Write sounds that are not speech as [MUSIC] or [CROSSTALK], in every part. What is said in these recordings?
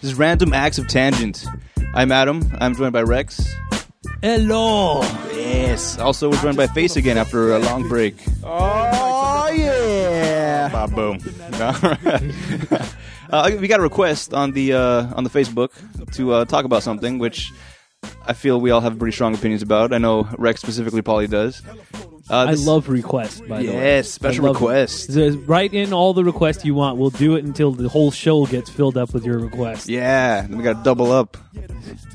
Just random acts of tangent. I'm Adam. I'm joined by Rex. Hello. Yes. Also, we're joined by Face again after a long break. Oh yeah. Bob Boom. [LAUGHS] uh, we got a request on the uh, on the Facebook to uh, talk about something, which I feel we all have pretty strong opinions about. I know Rex specifically, Polly does. Uh, I this- love requests. By the way, Yes, special I love- requests. So write in all the requests you want. We'll do it until the whole show gets filled up with your requests. Yeah, then we got to double up,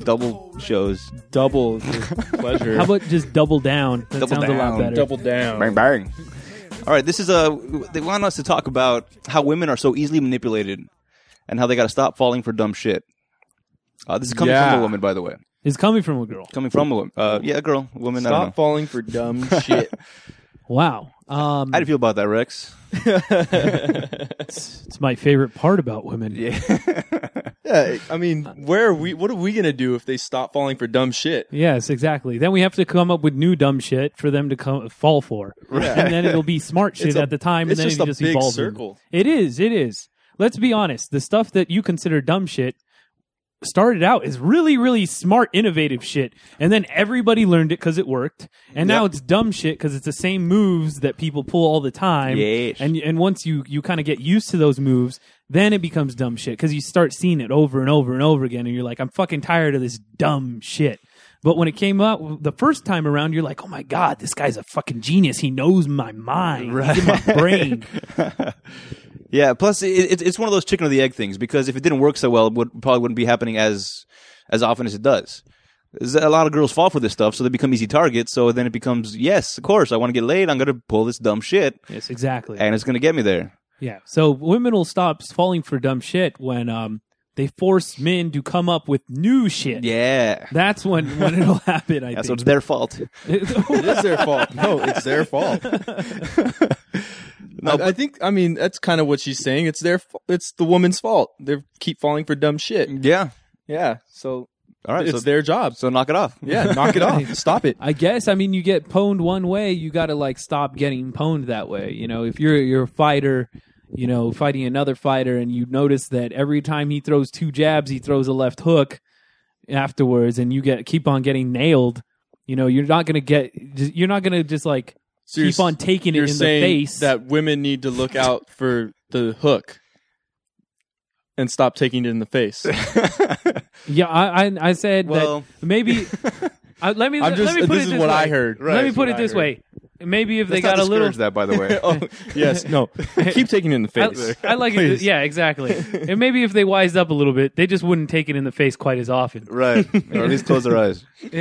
double shows. double the pleasure. How about just double down? That Double sounds a lot down. better. double down? Bang bang. All right, this is a. They want us to talk about how women are so easily manipulated, and how they got to stop falling for dumb shit. Uh, this is coming Yeah. from a woman, by the way. It's coming from a girl. Coming from a woman. Uh, yeah, a girl, a woman. I don't know. Stop falling for [LAUGHS] dumb shit. Wow. Um, How do you feel about that, Rex? it's my favorite part about women. Yeah. Yeah, I mean, where are we? What are we gonna do if they stop falling for dumb shit? Yes, exactly. Then we have to come up with new dumb shit for them to come fall for, and then it'll be [LAUGHS] smart shit a- at the time, it's and then just it a just big evolves. circle. It is. It is. Let's be honest. The stuff that you consider dumb shit started out as really, really smart, innovative shit, and then everybody learned it because it worked, and now it's dumb shit because it's the same moves that people pull all the time. Yes. And and once you you kind of get used to those moves, then it becomes dumb shit because you start seeing it over and over and over again, and you're like, I'm fucking tired of this dumb shit. But when it came up the first time around, you're like, oh my god, this guy's a fucking genius. He knows my mind, He's in my brain. Yeah. Plus, it, it, it's one of those chicken or the egg things because if it didn't work so well, it would, probably wouldn't be happening as as often as it does. Is that A lot of girls fall for this stuff, so they become easy targets. So then it becomes, yes, of course, I want to get laid. I'm going to pull this dumb shit, yes, exactly. and it's going to get me there. Yeah. So women will stop falling for dumb shit when um they force men to come up with new shit. Yeah. [LAUGHS] That's when when it'll happen. I Yeah, so think. it's their fault. It is their fault. No, it's their fault. I, I think. I mean, that's kind of what she's saying. It's their. fa- It's the woman's fault. They keep falling for dumb shit. Yeah. Yeah. So Mm. All right. it's so, their [LAUGHS] job. so knock it off. Yeah, knock it off. Stop it. I guess I mean you get pwned one way, you got to like stop getting pwned that way. You know, if you're you're a fighter, you know, fighting another fighter, and you notice that every time he throws two jabs, he throws a left hook afterwards, and you get keep on getting nailed. You know, you're not gonna get, you're not gonna just like So you're Keep on s- taking it you're in the saying face. That women need to look out for the hook and stop taking it in [LAUGHS] the face. yeah. I I, I said Well- that [LAUGHS] maybe. I, let me I'm just. let me put this it is this what I way. heard. Let me put it this way. Maybe if they Let's not got a little discourage that, by the [LAUGHS] way. [LAUGHS] oh [LAUGHS] yes, no. Keep taking it in the face. I, I like it. [LAUGHS] Please. Yeah, exactly. [LAUGHS] and maybe if they wised up a little bit, they just wouldn't take it in the face quite as often. Right. or at least close their eyes. [LAUGHS]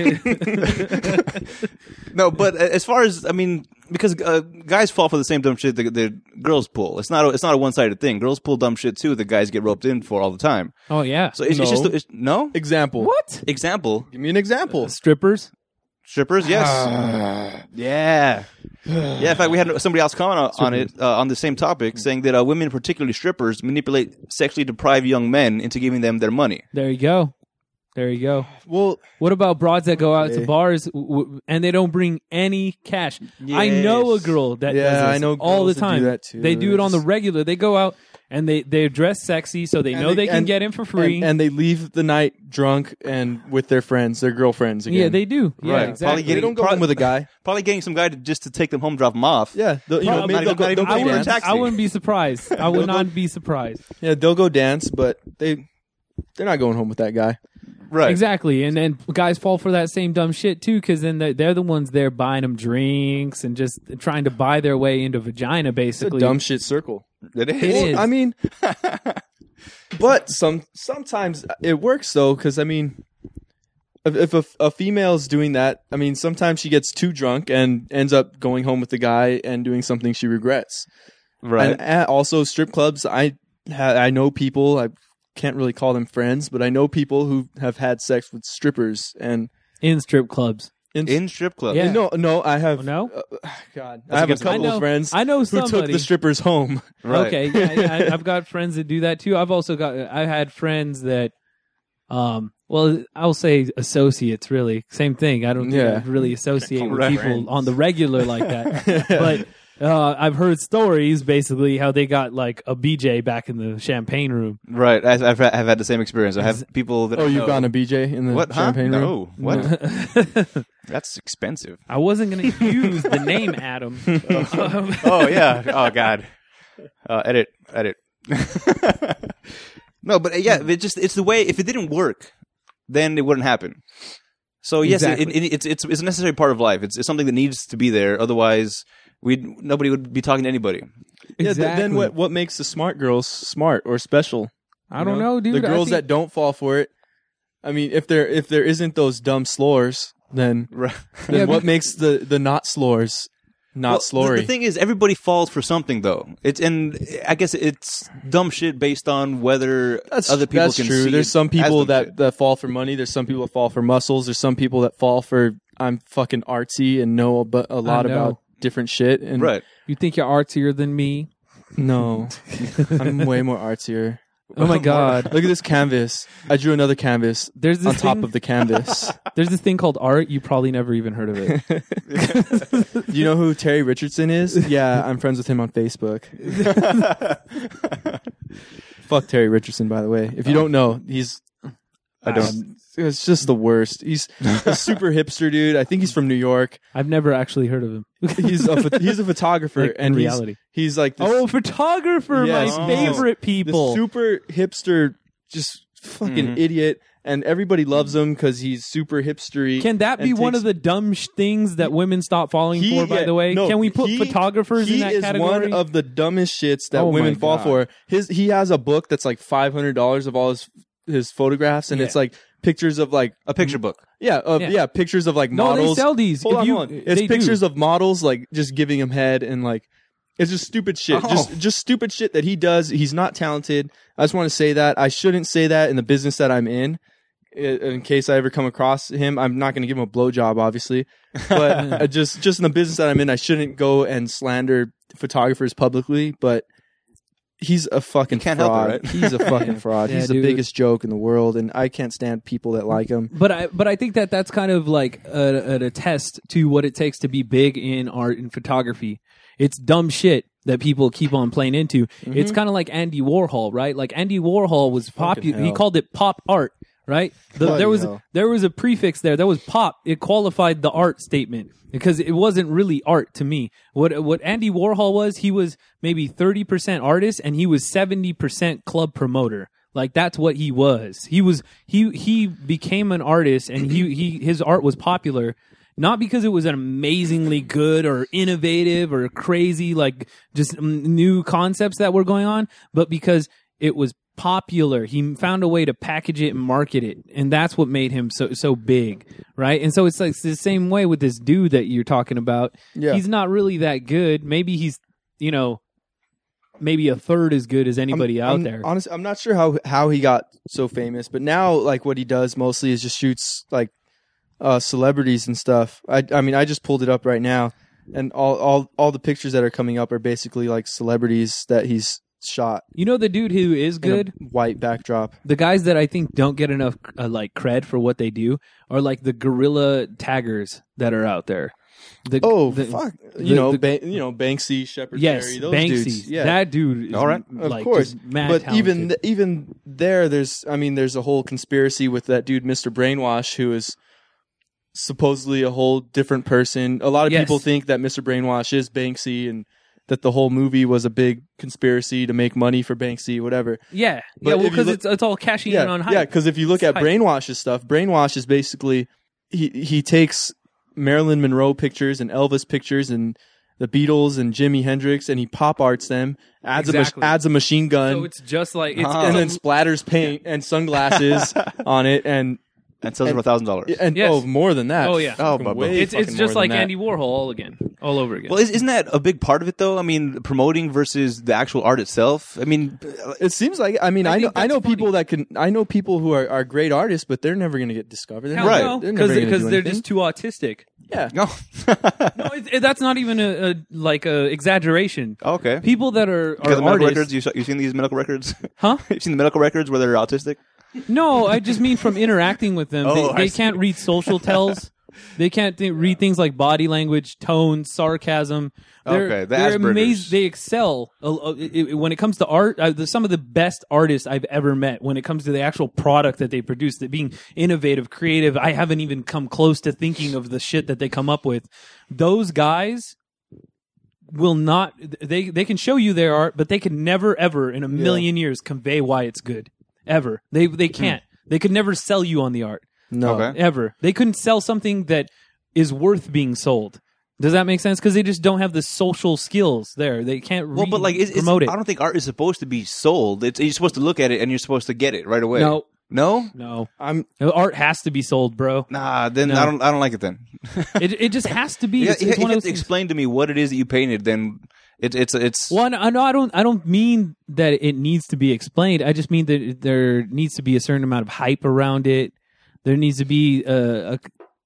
no, but a- as far as I mean, because uh, guys fall for the same dumb shit that the girls pull. It's not a, it's not a one sided thing. Girls pull dumb shit too that guys get roped in for all the time. Oh yeah. So it's, it's No. just it's, no Example. What? example Give me an example. strippers. strippers. Yes. yeah. Yeah. In fact, we had somebody else comment on, on it uh, on the same topic, saying that uh, women, particularly strippers, manipulate sexually deprived young men into giving them their money. There you go. There you go. Well, What about broads that go out to bars w- w- and they don't bring any cash? I know a Yes. girl that Yeah, does this I know all the girls that do time. that too. They do it on the It's- regular. They go out and they they dress sexy, so they know they, can and- get in for free. and, and they leave the night drunk and with their friends, their girlfriends. Again. yeah, they do. Yeah, Right. exactly. Probably They don't go out with a guy. Probably getting some guy to, just to take them home, drop them off. Yeah, they'll, you know, Probably maybe not they'll even- go, they'll not go even- I, wouldn't- dance. Uber wouldn't, taxi. I wouldn't be surprised. I would not be surprised. Yeah, they'll go dance, but they they're not going home with that guy. Right. Exactly. And then guys fall for that same dumb shit too, because then they- they're the ones there buying them drinks and just trying to buy their way into vagina, It's a basically. dumb shit circle. It is. It is. I mean, [LAUGHS] but some sometimes it works though, because I mean, if, if a, f- a female's doing that, I mean, sometimes she gets too drunk and ends up going home with the guy and doing something she regrets. Right. And at also strip clubs, I ha- I know people. I can't really call them friends, but I know people who have had sex with strippers and. in strip clubs. and- in strip clubs. Yeah. No, no, I have Oh, uh, No? God, I have a against the couple I of know- friends I know who took somebody. the strippers home. Right. Okay, yeah, I, I- I've got friends that do that too. I've also got I've had friends that, um, well, I'll say associates. Really, same thing. I don't think Yeah. I really associate with Right. [LAUGHS] people on the regular like that. but uh, I've heard stories basically how they got like a BJ back in the champagne room. Right. I, I've, I've had the same experience. I have people that. Oh, I you've know- gone to BJ in the What? Huh? champagne room. No. What? [LAUGHS] That's expensive. I wasn't going to use the name [LAUGHS] Adam. [LAUGHS] Um, oh yeah. Oh god. Uh, edit. Edit. [LAUGHS] no, but uh, yeah, it just it's the way. If it didn't work, then it wouldn't happen. So yes, it- Exactly. it, it, it's it's it's a necessary part of life. It's, it's something that needs to be there. Otherwise, we nobody would be talking to anybody. [LAUGHS] Yeah, th- Exactly. then what, what makes the smart girls smart or special? I don't know, dude. The girls I think, that don't fall for it. I mean, if there if there isn't those dumb slores, then then Yeah, what be- makes the the not slores not Well, the- slory? The thing is, everybody falls for something though. It's and I guess it's dumb shit based on whether other people that's can true. see. There's it some as people dumb that, shit. that fall for money. There's some people that fall for muscles. There's some people that fall for I'm fucking artsy and know a, bu- a lot know. about different shit. And right. you think you're artier than me. [LAUGHS] No, I'm way more artsier. Oh [LAUGHS] my god. Look at this canvas. I drew another canvas There's this on top thing, of the canvas. there's this thing called art. You probably never even heard of it. Do you know who Terry [LAUGHS] Richardson is? Yeah, I'm friends with him on Facebook. Fuck Terry Richardson, by the way. If you don't know, he's I don't. it's just the worst. He's a super hipster dude. I think he's from New York. I've never actually heard of him. [LAUGHS] He's a pho- he's a photographer Like, in and he's- reality. He's, like this, Oh, photographer, Yes. my Oh. favorite this people. super hipster, just fucking Mm-hmm. idiot. And everybody loves him because he's super hipstery. Mm-hmm. Can that be and one takes- of the dumb sh- things that women stop falling He- for? By yeah, the way, no, can we put he- photographers he in that is category? one of the dumbest shits that Oh my women fall God. for. His he has a book that's like five hundred dollars of all his his photographs, and it's like pictures of like A picture book. yeah, of, Yeah. yeah, pictures of like no, models. they sell these. hold if on, you, hold on. It's they pictures do. of models like just giving him head and like it's just stupid shit. Oh. Just just stupid shit that he does. He's not talented. I just want to say that I shouldn't say that in the business that I'm in. I- In case I ever come across him, I'm not going to give him a blowjob, obviously. [LAUGHS] But I just just in the business that I'm in, I shouldn't go and slander photographers publicly. But he's a fucking can't help it, fraud. right? He's [LAUGHS] a fucking fraud. Yeah, he's dude. the biggest joke in the world, and I can't stand people that like him. But I but I think that that's kind of like a, a, a test to what it takes to be big in art and photography. It's dumb shit that people keep on playing into. Mm-hmm. It's kind of like Andy Warhol, right? Like Andy Warhol was popular. He hell. called it pop art, right? The- Bloody there was hell. there was a prefix there. There was pop. It qualified the art statement because it wasn't really art to me. What what Andy Warhol was, he was maybe 30% artist and he was 70% club promoter. Like that's what he was. He was he he became an artist and he he his art was popular not because it was an amazingly good or innovative or crazy like just mm, new concepts that were going on, but because it was popular. He found a way to package it and market it, and that's what made him so so big, right? And so it's like it's the same way with this dude that you're talking about. Yeah. He's not really that good. Maybe he's, you know, maybe a third as good as anybody out I'm, there. Honestly, I'm not sure how how he got so famous, but now like what he does mostly is just shoots like uh, celebrities and stuff. I I mean, I just pulled it up right now, and all all all the pictures that are coming up are basically like celebrities that he's shot. you know the dude who is in a good? white backdrop. the guys that I think don't get enough uh, like cred for what they do are like the gorilla taggers that are out there. The, Oh the- fuck! the- You know, the- ba- you know, Banksy, Shepard, yes, Fairey, those Banksy. dudes. Yeah, That dude is All right. m- of like, course. just mad but even talented. th- even there, there's I mean, there's a whole conspiracy with that dude, Mr. Brainwash, who is supposedly a whole different person. A lot of Yes. people think that Mr. Brainwash is Banksy and that the whole movie was a big conspiracy to make money for Banksy, whatever. yeah, but yeah, well, if you because look- it's, it's all cashing in on Yeah, hype. yeah. Because if you look It's at hype. Brainwash's stuff, Brainwash is basically he he takes Marilyn Monroe pictures and Elvis pictures and the Beatles and Jimi Hendrix and he pop arts them, adds a Exactly. mach- adds a machine gun, so it's just like it's, and then it's a- splatters paint and [LAUGHS] sunglasses on it, and And sells it for a thousand dollars. and Yes. oh, more than that. Oh, yeah. Oh, Fucking but- but- way it's, it's fucking just more like than that. Andy Warhol all again, all over again. Well, is- isn't that a big part of it, though? I mean, promoting versus the actual art itself. I mean, It seems like I mean I, know think I that's know people that can I know people who are, are great artists, but they're never going to get discovered. They're Hell Right. no, They're never gonna because do they're anything. just too autistic. yeah. no. No, it, it- that's not even a, a like a exaggeration. Oh. Oh, okay. People that are, Because are the medical artists, records, you saw, you've seen these medical records? [LAUGHS] [LAUGHS] huh? you've seen the medical records where they're autistic? No, I just mean from interacting with them. [LAUGHS] Oh, they I they see. can't read social tells. They can't th- read things like body language, tone, sarcasm. They're, Okay, the they're Asperger's. amazed. They excel uh, uh, it- it- when it comes to art. Uh, the, some of the best artists I've ever met. When it comes to the actual product that they produce, that being innovative, creative. I haven't even come close to thinking of the shit that they come up with. Those guys will not they they can show you their art but they can never ever in a million years convey why it's good ever they they Mm-hmm. can't they could never sell you on the art No. Oh. Okay. ever they couldn't sell something that is worth being sold does that make sense because they just don't have the social skills there they can't Well, but like, it's, it's, promote I it don't think art is supposed to be sold. It's, you're supposed to look at it and you're supposed to get it right away. No. no, no I'm art has to be sold [LAUGHS] bro nah. Then No. I don't. I don't like it. [LAUGHS] Then it, it just has to be Yeah, it's, it's if one you of have those to things. explain to me what it is that you painted, then it's it's it's. Well, no, no, I don't. I don't mean that it needs to be explained. I just mean that there needs to be a certain amount of hype around it. There needs to be uh a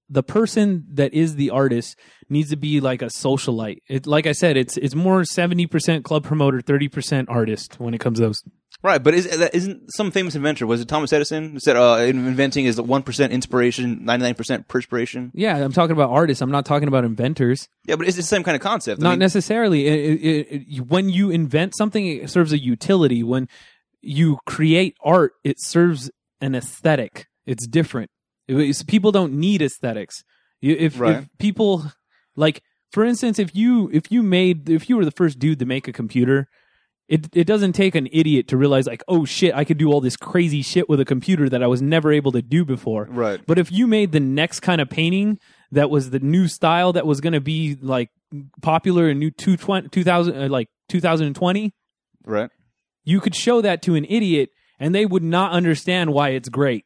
the person that is the artist needs to be like a socialite. It, like I said, it's it's more seventy percent club promoter, thirty percent artist when it comes to those. Right, but is, that isn't some famous inventor? Was it Thomas Edison who said uh, in- inventing is one percent inspiration, ninety nine percent perspiration? Yeah, I'm talking about artists. I'm not talking about inventors. Yeah, but it's the same kind of concept. I Not mean, necessarily. It- it- it- you- when you invent something, it serves a utility. When you create art, it serves an aesthetic. It's different. It- it's- people don't need aesthetics. You- If, Right. if people like, for instance, if you if you made if you were the first dude to make a computer, it it doesn't take an idiot to realize like, oh shit, I could do all this crazy shit with a computer that I was never able to do before. Right. But if you made the next kind of painting that was the new style that was going to be like popular in new 220 2000 uh, like 2020, right. you could show that to an idiot and they would not understand why it's great.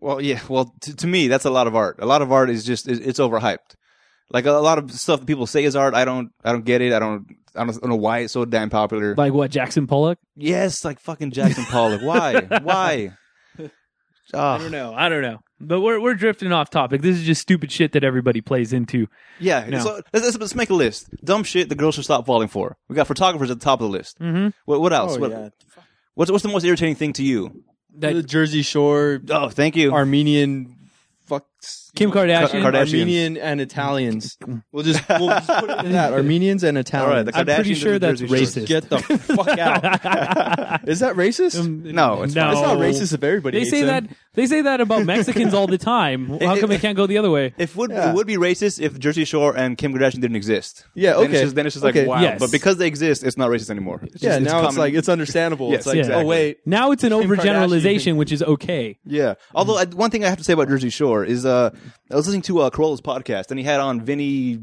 Well, yeah. Well, t- to me, that's a lot of art. A lot of art is just is, it's overhyped. Like a, a lot of stuff that people say is art. I don't. I don't get it. I don't. I don't know why it's so damn popular. Like what Jackson Pollock? yes, like fucking Jackson [LAUGHS] Pollock. Why? Why? Ah, I don't know. I don't know. But we're we're drifting off topic. This is just stupid shit that everybody plays into. yeah. No. So let's, let's, let's make a list. Dumb shit the girls should stop falling for. We got photographers at the top of the list. Mhm. What, what else? oh, what, yeah. What's what's the most irritating thing to you? [LAUGHS] the That Jersey Shore Oh, thank you. Armenian fuck Kim Kardashian. Kardashian. Armenian and Italians. We'll just we'll just put it at [LAUGHS] that Armenians and All right, Italians. the I'm pretty Kardashians and the sure that's Jersey Shore. racist. Get the [LAUGHS] fuck out. Is that No, racist? it's Um, no. fine. It's not racist if everybody. They hates say him. that they say that about Mexicans all the time. How come it can't go the other way? It would Yeah. it would be racist if Jersey Shore and Kim Kardashian didn't exist. Yeah, Then it's okay. just, then it's just Okay. like wow. Yes. But because they exist, it's not racist anymore. It's Yeah, just- now it's common. like it's understandable. Yes, it's like, exactly. oh wait, Now it's an Kim overgeneralization, which is okay. yeah. Although I, one thing I have to say about Jersey Shore is uh, I was listening to uh, Corolla's podcast and he had on Vinny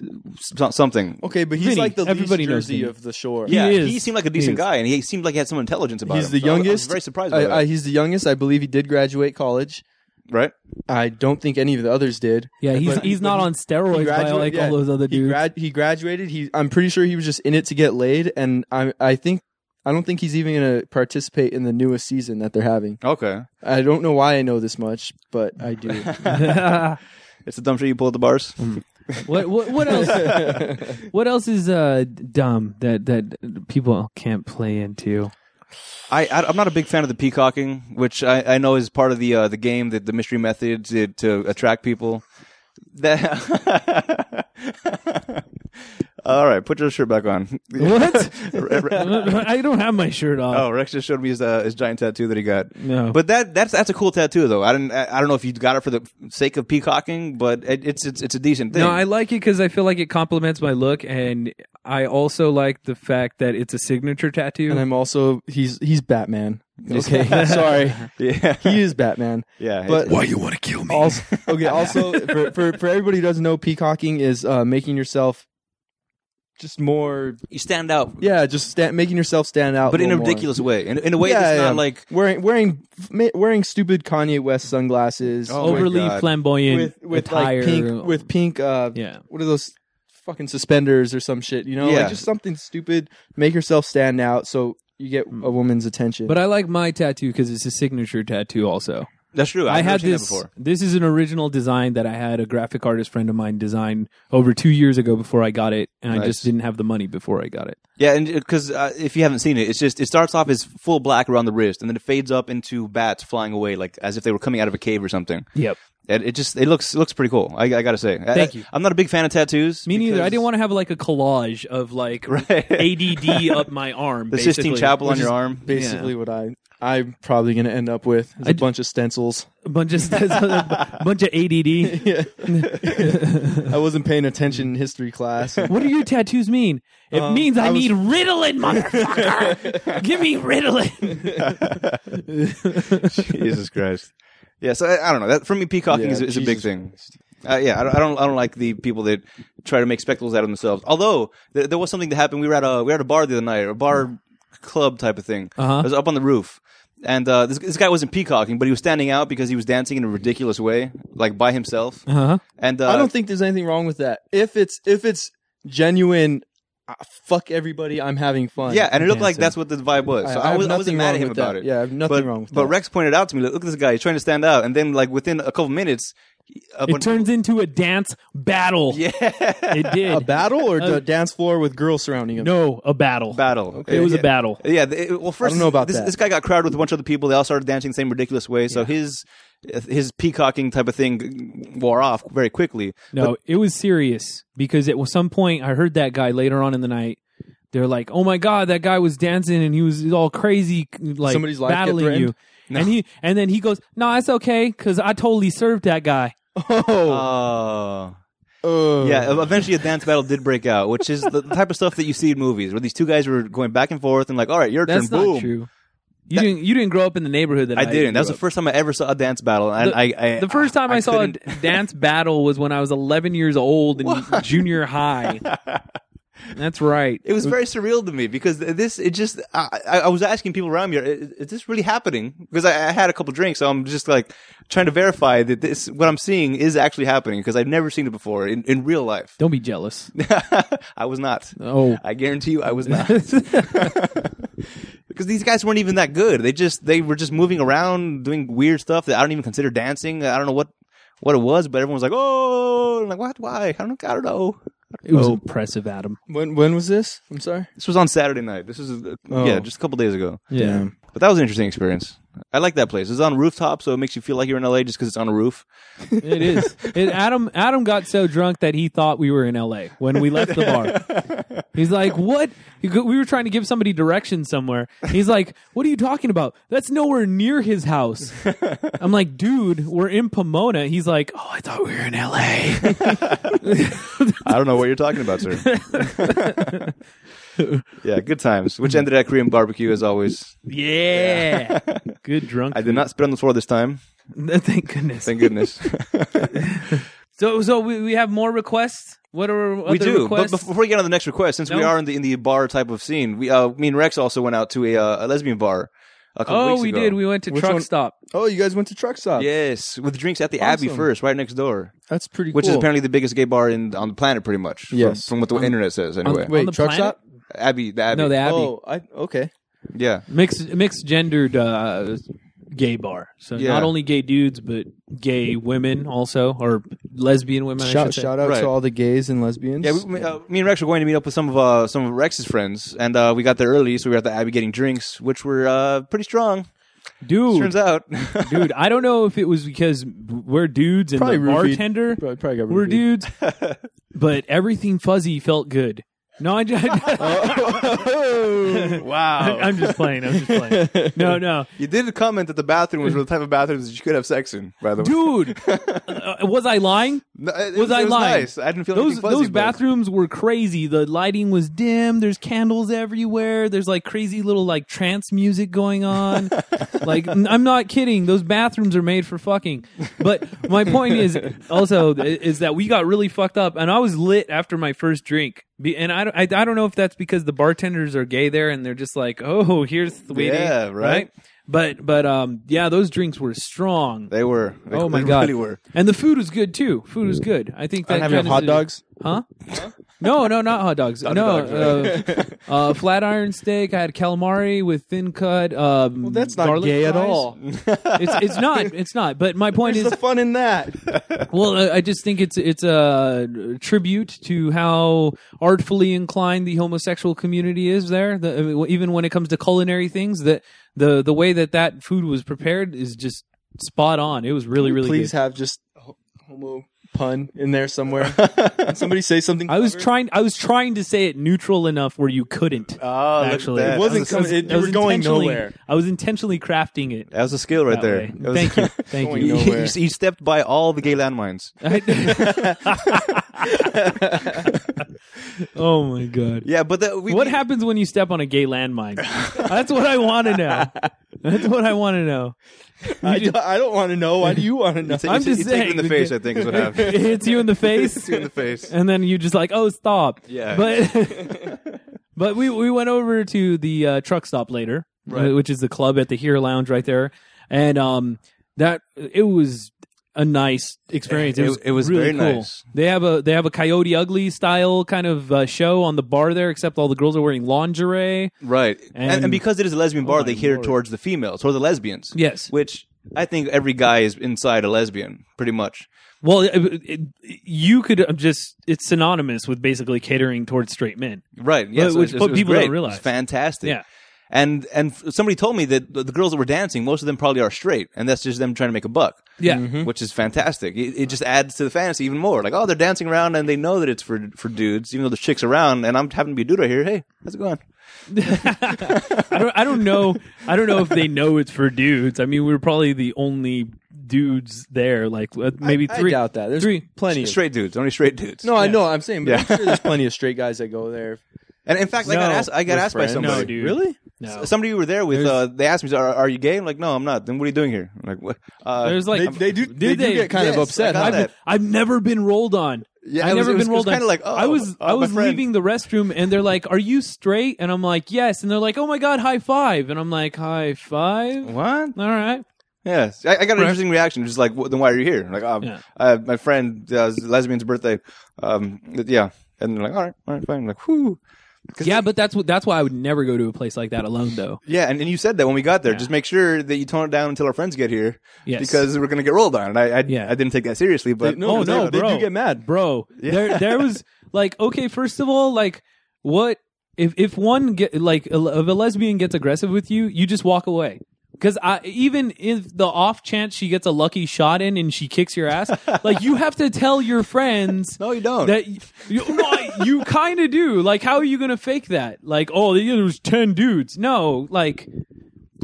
s- something. okay, but he's Vinny. like the Everybody least knows Jersey Vinny. of the shore. yeah, is. he seemed like a He decent is. guy, and he seemed like he had some intelligence about he's him. the So I was- youngest. I was very surprised by I- that. I- he's the youngest. I believe he did graduate college. right? I don't think any of the others did. Yeah, he's But- he's but not he- on steroids by graduated- like yeah, all those other He, dudes. grad, he graduated. He, I'm pretty sure he was just in it to get laid, and I, I think, I don't think he's even going to participate in the newest season that they're having. Okay, I don't know why I know this much, but I [LAUGHS] do. it's the dumb shit you pull at the bars. [LAUGHS] Mm. what, what what else? [LAUGHS] What else is uh, dumb that that people can't play into? I, I am not a big fan of the peacocking, which I, I know is part of the uh, the game that the mystery method to, to attract people. That [LAUGHS] all right, put your shirt back on. [LAUGHS] [LAUGHS] What? Re- re- I don't have my shirt [LAUGHS] on. oh, Rex just showed me his uh, his giant tattoo that he got. No. but that that's that's a cool tattoo though. I didn't I, I don't know if you got it for the sake of peacocking, but it, it's it's it's a decent thing. No, I like it because I feel like it complements my look, and I also like the fact that it's a signature tattoo. and I'm also he's he's Batman. Okay, [LAUGHS] sorry, [LAUGHS] yeah, he is Batman. yeah. it's- But you want to kill me? also, okay, also for, for for everybody who doesn't know, peacocking is uh, making yourself just more. you stand out, Yeah, just sta- making yourself stand out, but in a little more. ridiculous way, in, in a way Yeah, that's yeah. not like wearing wearing ma- wearing stupid Kanye West sunglasses. Oh my Overly God. flamboyant with with attire. like pink with pink uh Yeah. what are those fucking suspenders or some shit you know Yeah. like just something stupid make yourself stand out so you get a woman's attention But I like my tattoo because it's a signature tattoo. Also, that's true. I've I never had seen that this. before. This is an original design that I had a graphic artist friend of mine design over two years ago before I got it, and I Nice. just didn't have the money before I got it. Yeah, and because uh, if you haven't seen it, it's just it starts off as full black around the wrist, and then it fades up into bats flying away, like as if they were coming out of a cave or something. Yep. It, it just it looks it looks pretty cool. I, I gotta say. Thank you. I, am not a big fan of tattoos. Me neither. because I didn't want to have like a collage of like [LAUGHS] Right. ADD up my arm. the Sistine basically. Chapel on Which your is arm. Basically, what I I'm probably gonna end up with is a I d- bunch of stencils. A bunch of [LAUGHS] a bunch of [LAUGHS] ADD. Yeah. I wasn't paying attention in [LAUGHS] history class. What do your tattoos mean? It Um, means I, I was- need Ritalin, [LAUGHS] motherfucker. Give me Ritalin. Jesus Christ. [LAUGHS] Yeah, so I, I don't know. That for me, peacocking Yeah, is, is a big Jesus thing. Uh, yeah, I don't, I don't. I don't like the people that try to make spectacles out of themselves. Although th- there was something that happened. We were at a we were at a bar the other night, a bar club type of thing. Uh-huh. I was up on the roof, and uh, this, this guy wasn't peacocking, but he was standing out because he was dancing in a ridiculous way, like by himself. Uh-huh. And uh, I don't think there's anything wrong with that. If it's if it's genuine, uh, fuck everybody. I'm having fun. yeah, and it looked like Dancing. that's what the vibe was. So I, have was, I nothing wasn't mad wrong at him with that. about it. Yeah, I have nothing but, wrong with but that. Rex pointed out to me, look, look at this guy, he's trying to stand out, and then like within a couple minutes, [LAUGHS] he- a It bunch- turns into a dance battle. yeah, It did. a battle or Uh, a dance floor with girls surrounding him. no, a battle. battle. It was a Yeah. battle. Yeah. They, well, first, know about this, that. this guy got crowded with a bunch of other people. They all started dancing the same ridiculous way. So his his peacocking type of thing wore off very quickly. No, it was serious because at some point I heard that guy later on in the night. They're like, "Oh my god, that guy was dancing and he was all crazy, like Somebody's life get battling you." threatened? And he and then he goes, "No, it's okay because I totally served that guy." Oh. Oh, uh, Yeah, eventually a dance battle did break out, which is the type of stuff that you see in movies where these two guys were going back and forth and like, all right, your That's turn, not boom. true. You didn't. You didn't grow up in the neighborhood that I, I didn't. That was grew the up. first time I ever saw a dance battle, and The- I, I the first time I, saw a couldn't- d- dance battle was when I was 11 years old in junior [LAUGHS] high. That's right. It was very surreal to me because this, it just, I, I I was asking people around me, is, is this really happening? Because I, I had a couple drinks, so I'm just like trying to verify that this, what I'm seeing is actually happening because I've never seen it before in, in real life. [LAUGHS] Don't be jealous. I was not. Oh. I guarantee you I was not. [LAUGHS] because these guys weren't even that good. They just, they were just moving around doing weird stuff that I don't even consider dancing. I don't know what, what it was, but everyone was like, oh, I'm like, what? Why? I don't, I don't know. It Oh. was impressive, Adam. When when was this? I'm sorry. This was on Saturday night. This was, uh, yeah, just a couple days ago. Yeah. But that was an interesting experience. I like that place. It's on a rooftop, so it makes you feel like you're in LA just because it's on a roof. It is. It, Adam Adam got so drunk that he thought we were in L.A. when we left the bar. He's like, "What?" He go- We were trying to give somebody directions somewhere. He's like, "What are you talking about? That's nowhere near his house." I'm like, "Dude, we're in Pomona." He's like, "Oh, I thought we were in L.A." I don't know what you're talking [LAUGHS] about, sir. yeah, good times. Which ended at Korean barbecue as always. yeah, good drunk. I did not spit on the floor this time. [LAUGHS] Thank goodness. Thank [LAUGHS] goodness. So, so we, we have more requests. What are other we do. requests? But before we get on to the next request, since we No. are in the in the bar type of scene, we uh, me and Rex also went out to a, uh, a lesbian bar. A couple oh, weeks we ago. did. We went to Which truck one- stop. Oh, you guys went to truck stop. Yes, with drinks at the Abbey Awesome. first, right next door, that's pretty. which is cool. apparently the biggest gay bar in, on the planet, pretty much. from- Yes. from, what the internet says, anyway. on Wait, the truck planet? stop. Abbey, the Abbey. No, the Abbey. Oh, I okay. yeah. Mixed mixed gendered uh, gay bar. So Yeah. not only gay dudes, but gay women also, or lesbian women. I Shout should say. shout out Right. to all the gays and lesbians. Yeah, we, uh, me and Rex were going to meet up with some of uh, some of Rex's friends, and uh, we got there early, so we were at the Abbey getting drinks, which were uh, pretty strong. dude. Turns out, dude, I don't know if it was because we're dudes and Probably the roofied. bartender. Probably- probably got we're [LAUGHS] roofied. dudes, but everything fuzzy felt good. No, I [LAUGHS] just. Oh. [LAUGHS] wow, I'm just playing. I'm just playing. No, no. [LAUGHS] you did comment that the bathrooms were the type of bathrooms that you could have sex in. By the way, [LAUGHS] Dude, uh, was I lying? No, it- it was I it was lying? Nice. I didn't feel Those anything fuzzy, those but- bathrooms were crazy. The lighting was dim. There's candles everywhere. There's like crazy little like trance music [LAUGHS] going on. like n- I'm not kidding. Those bathrooms are made for fucking. But my point is also th- is that we got really fucked up, and I was lit after my first drink. Be- And I don't, I, I don't know if that's because the bartenders are gay there, and they're just like, oh, here's sweetie, Yeah, right. But but um yeah, those drinks were strong. They were. They, Oh [LAUGHS] my they god! Really were. And the food was good too. Food was good. I think that I didn't have any kinda hot did- dogs. Huh? no, no, not hot dogs. no, dogs, uh, uh, flat iron steak. I had calamari with thin cut. Um, well, that's not gay at all. [LAUGHS] It's it's not. It's not. But my point Where's is, the fun in that? well, I I just think it's it's a tribute to how artfully inclined the homosexual community is there. The, I mean, even when it comes to culinary things, that the the way that that food was prepared is just spot on. It was really really Please good. have just homo pun in [LAUGHS] there somewhere. Somebody say something. I was clever? trying. I was trying to say it neutral enough where you couldn't. Oh, actually, that. It wasn't I was- I coming- was- it- I you was were going intentionally- nowhere. I was intentionally crafting it. That was a skill right that there. way. That [LAUGHS] was- Thank you. Thank Going you. You, nowhere. [LAUGHS] you- you stepped by all the gay landmines. [LAUGHS] oh my god. Yeah, but that, we, What we- happens when you step on a gay landmine? That's what I want to know. That's what I want to know. [LAUGHS] I, do, not want to know. Why do [LAUGHS] you want to know? You take- I'm you just take it in saying, the the face. gay- I [LAUGHS] think is what happened. It hits [LAUGHS] you in the face, Hits you in the face. and then you just like, oh, stop. Yeah. But [LAUGHS] [LAUGHS] but we we went over to the uh, truck stop later, Right. uh, which is the club at the Here Lounge right there, and um that it was a nice experience. It, It- was, it was really very cool. nice. They have a they have a Coyote Ugly style kind of uh, show on the bar there, except all the girls are wearing lingerie. [LAUGHS] Right. And, and, And- Oh because it is a lesbian bar, my they cater lord. towards the females, towards the lesbians. Yes. Which I think every guy is inside a lesbian, pretty much. Well, it, it, you could uh, just it's synonymous with basically catering towards straight men. Right. Yes. which- it was- but it was people great. don't realize. It was fantastic. Yeah. And and f- somebody told me that the the girls that were dancing, most of them probably are straight, and that's just them trying to make a buck. Yeah. Which is fantastic. It, it just adds to the fantasy even more. Like, oh, they're dancing around, and they know that it's for for dudes, even though there's chicks around. And I'm having to be a dude right here. Hey, how's it going? I don't I don't know I don't know if they know it's for dudes. I mean, we were probably the only dudes there, like uh, maybe I three. doubt that. There's three- plenty of Straight dudes, only straight dudes. No, I know. I'm saying, but Yeah. I'm sure there's plenty of straight guys that go there. And in fact, I got No, asked. I got with asked by friends. somebody. No, dude. Really? No. S- Somebody you were there with, uh, they asked me, "Are, are you gay?" I'm like, "No, I'm not." Then what are you doing here? I'm like, what? Uh, There's like They, they do. they, do they? get kind Yes, of upset. I got huh? that. I've, I've never been rolled on. Yeah, I've it was- it never was- been it was rolled on. kinda like, oh, I was oh, I was my friend. leaving the restroom and they're like, "Are you straight?" And I'm like, "Yes." And they're like, "Oh my god, high five. And I'm like, "High five? what? All right. Yes, I, I got an interesting reaction. Just like, "Wh- then why are you here? I'm like, um, Yeah. uh, my friend, uh, it's lesbian's birthday. Um, th- yeah, and they're like, all right, all right, fine. I'm like, whoo. Yeah, but that's what that's why I would never go to a place like that alone though. Yeah, and, and you said that when we got there. Just make sure that you tone it down until our friends get here, Yes. because we're gonna get rolled on. And I, I, Yeah. I didn't take that seriously, but They- no, oh they- no, they bro. do get mad. bro. There, there [LAUGHS] was like, okay, first of all, like, what if if one get like a, if a lesbian gets aggressive with you, you just walk away. Because I even if the off chance she gets a lucky shot in and she kicks [LAUGHS] your ass, like you have to tell your friends. No, you don't. That y- you, no, I- you kind of do. Like, how are you gonna fake that? Like, oh, there was ten dudes. No, like,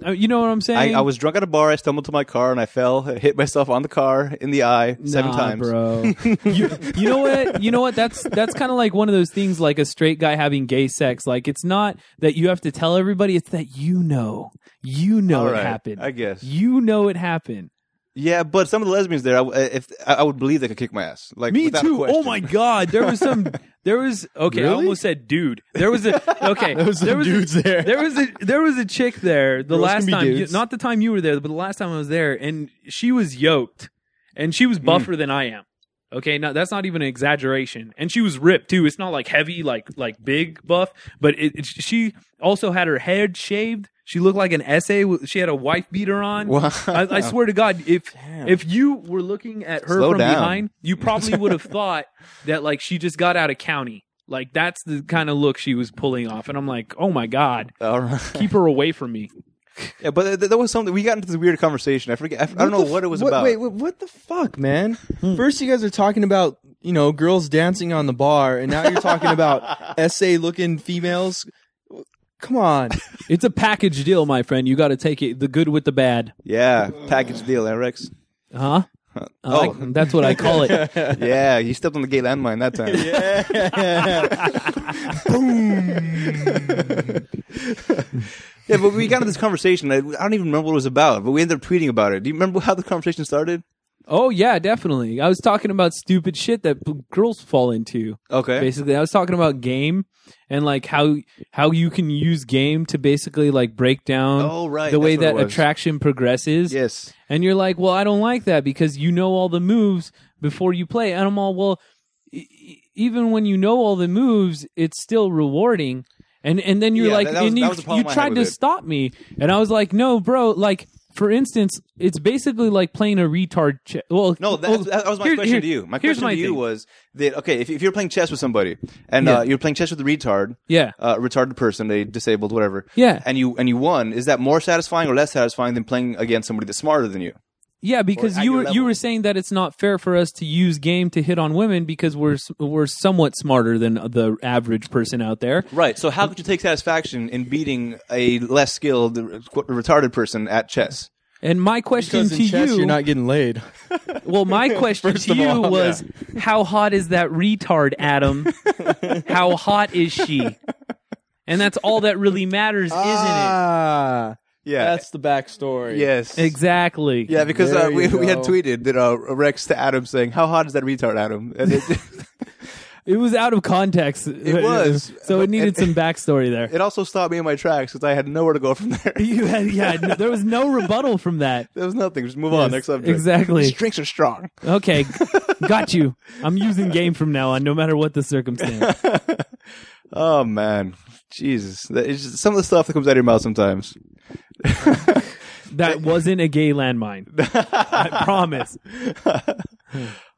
uh, you know what I'm I, saying? I was drunk at a bar. I stumbled to my car and I fell, I hit myself on the car in the eye seven Nah, times. [LAUGHS] bro. you, you know what? You know what? That's that's kind of like one of those things, like a straight guy having gay sex. Like it's not that you have to tell everybody; it's that you know, you know All it right, happened. I guess. you know it happened. Yeah, but some of the lesbians there, I, w- if I, I would believe they could kick my ass. Like Me without a too. Oh question. my god, there was some. There was okay. I almost said dude. There was a [LAUGHS] okay. there was, some dudes a, [LAUGHS] there. There was a there was a chick there the Girls can last be time, you, dudes. not the time you were there, but the last time I was there, and she was yoked, and she was Hmm. buffer than I am. Okay, now that's not even an exaggeration, and she was ripped too. It's not like heavy, like like big buff, but it, it- she also had her head shaved. She looked like an essay. She had a wife beater [LAUGHS] on. Wow. I, I swear to God, if if you were looking at her Slow from down. behind, you probably would have [LAUGHS] thought that like she just got out of county. Like that's the kind of look she was pulling off, and I'm like, oh my god, [LAUGHS] All right. keep her away from me. Yeah, but th- th- that was something. We got into this weird conversation. I forget. I, f- I don't know the what it was f- about. Wait, wait, what the fuck, man? First, you guys are talking about you know girls dancing on the bar, and now you're talking [LAUGHS] about SA looking females. Come on, It's a package deal, my friend. You got to take it, the good with the bad, Yeah, package deal, eh, Rex? huh? Oh. I- that's what I call it. [LAUGHS] Yeah, you stepped on the gay landmine that [LAUGHS] time. [LAUGHS] Boom. yeah, but we got into this conversation. I, I don't even remember what it was about, but we ended up tweeting about it. Do you remember how the conversation started? Oh yeah, definitely. I was talking about stupid shit that b- girls fall into. Okay. Basically, I was talking about game and like how how you can use game to basically like break down Oh, right. the That's way what it that was. attraction progresses. Yes. And you're like, "Well, I don't like that because you know all the moves before you play." And I'm all, "Well, e- e- even when you know all the moves, it's still rewarding." And and then you're Yeah, like, that- that was- and that you, was the you problem I had tried to with it. stop me, and I was like, "No, bro, like." For instance, it's basically like playing a retard. Ch- well, No, that, well, that was my Oh, here- question here- to you. My here's question my to you thing. was that okay, if, if you're playing chess with somebody and uh, Yeah. you're playing chess with a retard, Yeah. uh, retarded person, they disabled, whatever, Yeah. and you and you won, is that more satisfying or less satisfying than playing against somebody that's smarter than you? Yeah, because at you your were you level. were saying that it's not fair for us to use game to hit on women because we're s- we're somewhat smarter than the average person out there. Right. So Mm-hmm. how could you take satisfaction in beating a less skilled, r- qu- retarded person at chess? And my question [LAUGHS] Because to in chess, you, you're not getting laid. [LAUGHS] well, my question to of you all, was, how hot is that retard, [LAUGHS] Adam? how hot is she? And that's all that really matters, isn't it? Ah, Yeah. that's the backstory. yes. Exactly. Yeah, because uh, There we, you we had go. tweeted that uh, Rex to Adam saying, "How hot is that retard, Adam?" And it, [LAUGHS] It was out of context. It was. So it needed [LAUGHS] It- some backstory there. it also stopped me in my tracks because I had nowhere to go from [LAUGHS] there. You had, yeah, no- there was no rebuttal from that. there was nothing. Just move on. Next subject. exactly. These drinks are strong. [LAUGHS] Okay, got you. I'm using game from now on, no matter what the circumstance. [LAUGHS] Oh man, Jesus! That is just- some of the stuff that comes out of your mouth sometimes. That wasn't a [LAUGHS] gay landmine. I promise.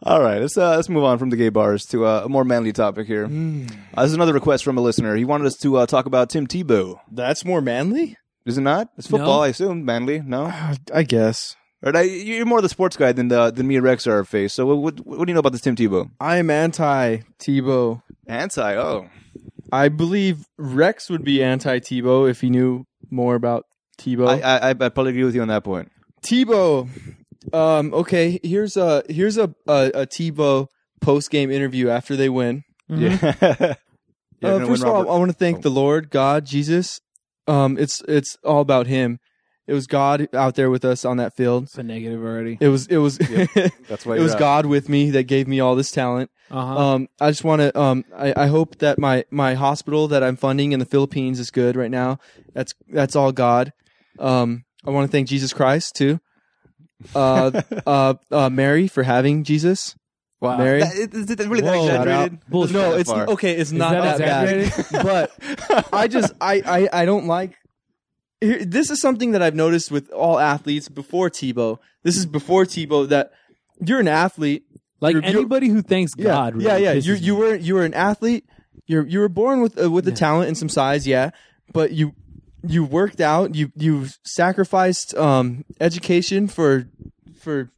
All right, let's uh, let's move on from the gay bars to uh, a more manly topic here. Hmm. Uh, this is another request from a listener. He wanted us to uh, talk about Tim Tebow. That's more manly, Is it not? It's football, I assume. Manly? No. [SIGHS] I guess. All right, I, you're more the sports guy than the, than me and Rex are. Face. So what, what what do you know about this Tim Tebow? I am anti Tebow. Anti. Oh, I believe Rex would be anti Tebow if he knew more about Tebow. I, I I I probably agree with you on that point. Tebow. Um, okay, here's a here's a a, a Tebow post game interview after they win. [LAUGHS] Mm-hmm. Yeah. Yeah, Mm-hmm. Uh, no, first of when all, Robert- I want to thank oh. the Lord God, Jesus. Um, it's it's all about Him. It was God out there with us on that field. It's a negative already. It was it was that's why [LAUGHS] it you're was out. God with me that gave me all this talent. Oh, Uh-huh. Um, I just want to. Um, I, I hope that my my hospital that I'm funding in the Philippines is good right now. That's that's all God. Um, I want to thank Jesus Christ too. [LAUGHS] Uh, uh, uh, Mary for having Jesus. Wow. Mary. That- is- is it really that Whoa. Shout out. exaggerated? Bullshit. Doesn't go No, that it's far. [LAUGHS] okay. It's not that that, bad. [LAUGHS] but I just I, I I don't like. here- This is something that I've noticed with all athletes before Tebow. This is before Tebow that you're an athlete. like you're- you're- anybody who thanks yeah, God. Really yeah, yeah. pisses You you me. were you were an athlete. You you were born with uh, with the talent and some size, yeah. But you you worked out. You you sacrificed um, education for for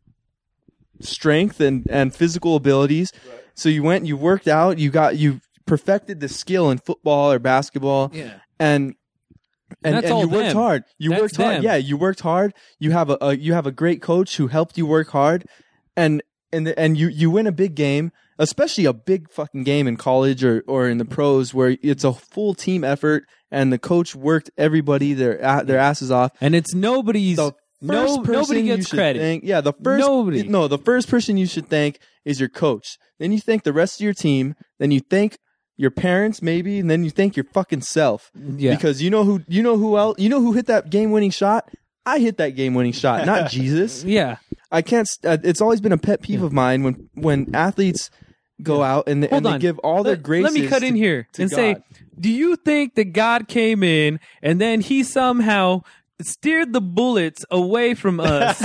strength and and physical abilities. So you went. You worked out. You got you perfected the skill in football or basketball. Yeah. and. And, That's and all you worked them. hard. You That's worked hard. them. Yeah, you worked hard. You have a, a you have a great coach who helped you work hard, and and and you you win a big game, especially a big fucking game in college or or in the pros where it's a full team effort and the coach worked everybody their a- their asses off. and it's nobody's. The No, person nobody you gets should credit. Thank, yeah, the first Nobody. No, the first person you should thank is your coach. Then you thank the rest of your team. Then you thank your parents maybe, and then you thank your fucking self. Yeah. Because you know who you know who else you know who hit that game winning shot. I hit that game winning [LAUGHS] shot, not Jesus. yeah. I can't. st- Uh, it's always been a pet peeve of mine when when athletes go out and, they- Hold and they on. give all their let, graces. Let me cut to- in here to and say, God. do you think that God came in and then he somehow steered the bullets away from [LAUGHS] us?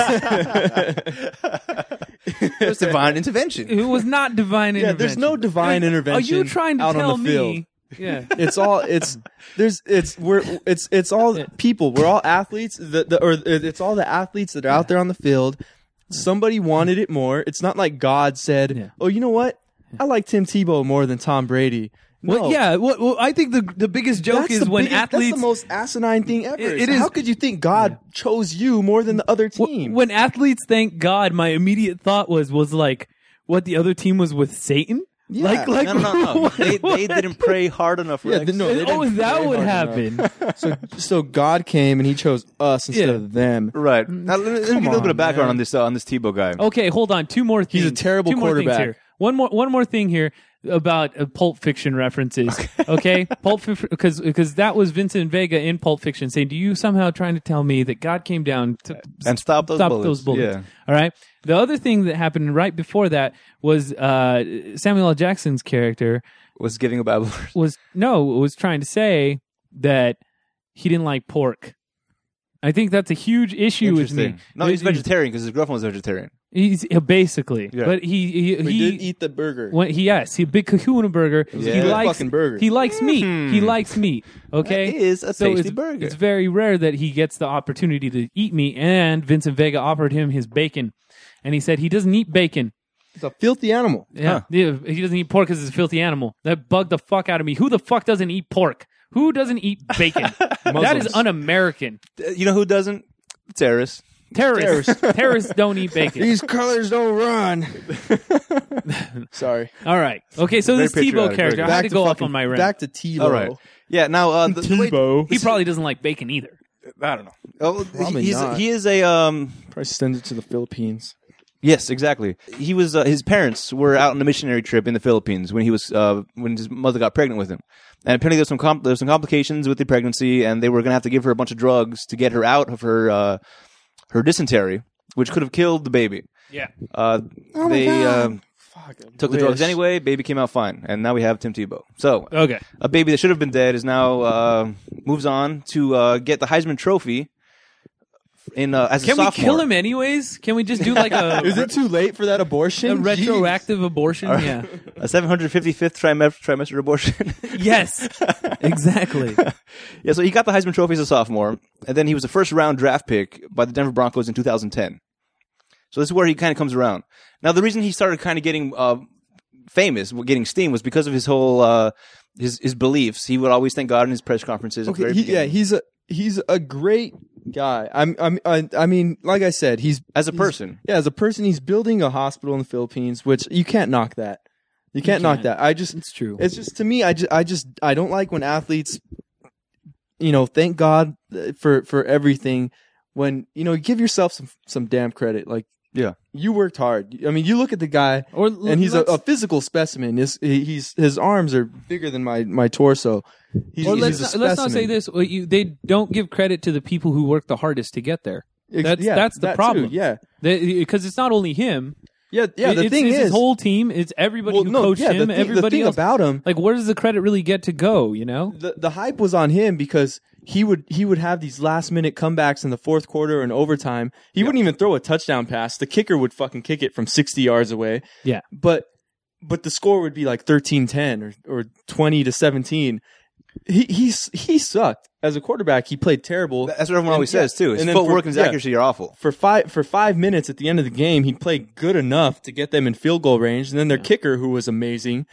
It's divine intervention. it was not divine Yeah, intervention. there's no divine Are intervention. you trying to out tell on me? the field. [LAUGHS] Yeah. It's all it's there's it's we're it's it's all people. We're all athletes. The, the or it's all the athletes that are out there on the field. Somebody wanted it more. It's not like God said, Yeah. "Oh, you know what? I like Tim Tebow more than Tom Brady." No, Well, yeah. Well, well, I think the the biggest joke That's is the when biggest- athletes That's the most asinine thing ever. It- it How is- could you think God chose you more than the other team? when athletes thank God, my immediate thought was was like, what the other team was with Satan. Yeah. Like, like, No, no, [LAUGHS] no. no. They, they what? didn't pray hard enough. Yeah, Rex. th- no, they oh, didn't that play would hard happen. so so God came and He chose us instead Yeah. of them. Right. Now, let me, let me give you a little bit of background man. on this uh, on this Tebow guy. Okay, hold on. Two more things. a terrible Two more things quarterback. here. One more one more thing here about uh, Pulp Fiction references. [LAUGHS] Okay, Pulp because because that was Vincent Vega in Pulp Fiction saying, "Do you somehow trying to tell me that God came down to And stop those stop bullets. those bullets?" Yeah. All right. The other thing that happened right before that was uh, Samuel L. Jackson's character Was giving a babbler. [LAUGHS] was no was trying to say that he didn't like pork. I think that's a huge issue with me. Interesting. No, he's It- it- vegetarian because his girlfriend was vegetarian. He's yeah, basically, Yeah. but he he, We he did eat the burger. when, he yes, he big kahuna burger. a He good likes fucking burger. He likes meat. He likes meat. Okay, That is a tasty it's, burger. It's very rare that he gets the opportunity to eat meat. And Vincent Vega offered him his bacon, and he said he doesn't eat bacon. It's a filthy animal. Yeah, Huh. Yeah, he doesn't eat pork because it's a filthy animal. That bugged the fuck out of me. Who the fuck doesn't eat pork? Who doesn't eat [LAUGHS] bacon? that is Muslims. un-American. Uh, You know who doesn't? Terrorists. Terrorists. [LAUGHS] Terrorists don't eat bacon. These colors don't run. [LAUGHS] Sorry. All right. Okay. So Very this Tebow patriotic, very character, good. I had to go off fucking- on my rant. Back to Tebow. All right. Yeah. Now uh, the, the way- Tebow. he probably doesn't like bacon either. I don't know. Oh, Probably he's, not. He is a um. Probably send it to the Philippines. Yes, exactly. He was uh, his parents were out on a missionary trip in the Philippines when he was uh, when his mother got pregnant with him, and apparently there's some com- there's some complications with the pregnancy, and they were gonna have to give her a bunch of drugs to get her out of her uh, her dysentery, which could have killed the baby. Yeah. Uh, they um Fuck. I took wish. the drugs anyway. Baby came out fine, and now we have Tim Tebow. So Okay. a baby that should have been dead is now uh, moves on to uh, get the Heisman Trophy. In uh, as a Can we sophomore. kill him anyways? Can we [LAUGHS] just do like a, Is it too late for that abortion? a retroactive abortion? [LAUGHS] Yeah. A 755th trimester, trimester abortion. [LAUGHS] yes. Exactly. yeah, so he got the Heisman Trophy as a sophomore, and then he was a first round draft pick by the Denver Broncos in 2010. So this is where he kind of comes around. Now, the reason he started kind of getting uh, famous, getting steam, was because of his whole. Uh, his, his beliefs. He would always thank God in his press conferences. at the Okay. very He, yeah, beginning. he's a he's a great guy. I'm I'm I, I mean, like I said, he's as a he's- person. Yeah, as a person, he's building a hospital in the Philippines, which you can't knock that. You can't knock can't. that. I just It's true. It's just to me, I just, I just, I don't like when athletes, you know, thank God uh, for for everything. When you know, give yourself some some damn credit. Like, Yeah. you worked hard. I mean, you look at the guy, Or and he's a, Oh, let's- a physical specimen. His he- he's his arms are bigger than my my torso. He's, or he's let's a not, let's not say specimen. this. well, you- they don't give credit to the people who work the hardest to get there. Ex- That's- yeah, that's the that too, problem. yeah, Because it's not only him. yeah, yeah. It- The it's, thing it's is, his whole team. It's everybody well, who no, coached yeah. The him. thing, the everybody thing else. about him like, where does the credit really get to go? You know, the the hype was on him because he would he would have these last minute comebacks in the fourth quarter and overtime. He wouldn't even throw a touchdown pass. The kicker would fucking kick it from 60 yards away. Yeah. But but the score would be like 13-10 or or 20 to 17. He he s- he sucked as a quarterback. He played terrible. That's what everyone always yeah, says too. His and then footwork and for- his yeah. accuracy are awful. for five for five minutes at the end of the game, he played good enough to get them in field goal range, and then their kicker, who was amazing,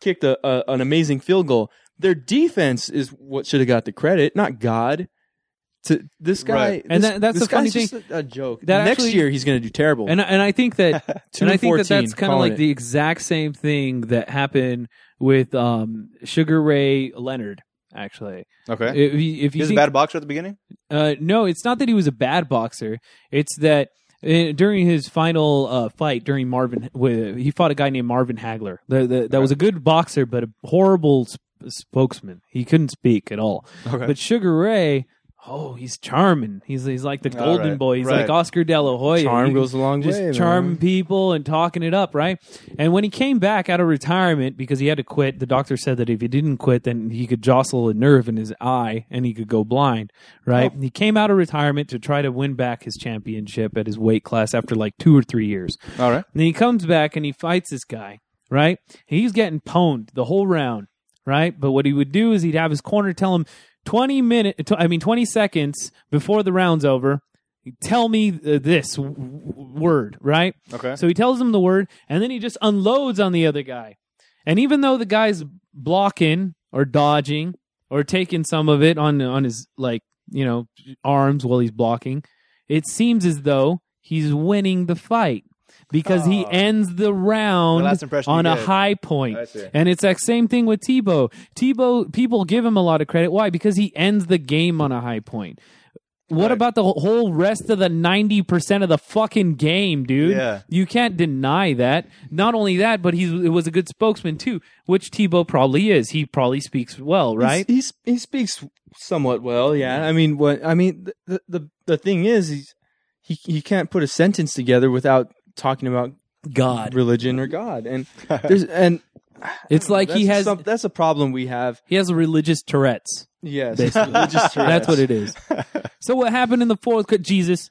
kicked a, a, an amazing field goal. Their defense is what should have got the credit, not God. To this guy, Right. And this- that- that's this the funny guy's just A, a joke. That Next actually- year, he's going to do terrible. and I- and I think [LAUGHS] that Two and I think that 14, that's kind of calling like it. the exact same thing that happened with um, Sugar Ray Leonard. Actually, Okay, if you, if he you was a think- bad boxer at the beginning. Uh, no, it's not that he was a bad boxer. It's that uh, during his final uh, fight, during Marvin, wi- he fought a guy named Marvin Hagler. The, the, that was a good boxer, but a horrible sp- spokesman. He couldn't speak at all. Okay. But Sugar Ray, oh, he's charming. He's he's like the All golden right, boy. He's right. like Oscar De La Hoya. Charm oh, He can goes a long just way. man. charming people and talking it up, right? And when he came back out of retirement because he had to quit, the doctor said that if he didn't quit, then he could jostle a nerve in his eye and he could go blind, Oh. right? He came out of retirement to try to win back his championship at his weight class after like two or three years. All right. And then he comes back and he fights this guy, right? He's getting pwned the whole round, right? But what he would do is he'd have his corner tell him 20 minutes, I mean 20 seconds before the round's over, tell me uh, this w- w- word, right? Okay. So he tells him the word and then he just unloads on the other guy. And even though the guy's blocking or dodging or taking some of it on on his like, you know, arms while he's blocking, it seems as though he's winning the fight because he Oh. ends the round The last impression on he a gave. high point. I see. And it's that same thing with Tebow. Tebow, people give him a lot of credit. Why? Because he ends the game on a high point. What Right. about the whole rest of the 90% of the fucking game, dude? Yeah. You can't deny that. Not only that, but he was a good spokesman too, which Tebow probably is. He probably speaks well, He's- right? He's, he speaks somewhat well. Yeah, I mean, what I mean, the the, the, the thing is, he's, he he can't put a sentence together without talking about God. religion or God, [LAUGHS] and there's and It's like that's he has some- that's a problem we have. he has a religious Tourette's. Yes. Basically. [LAUGHS] [LAUGHS] That's what it is. So what happened in the fourth? cu- Jesus,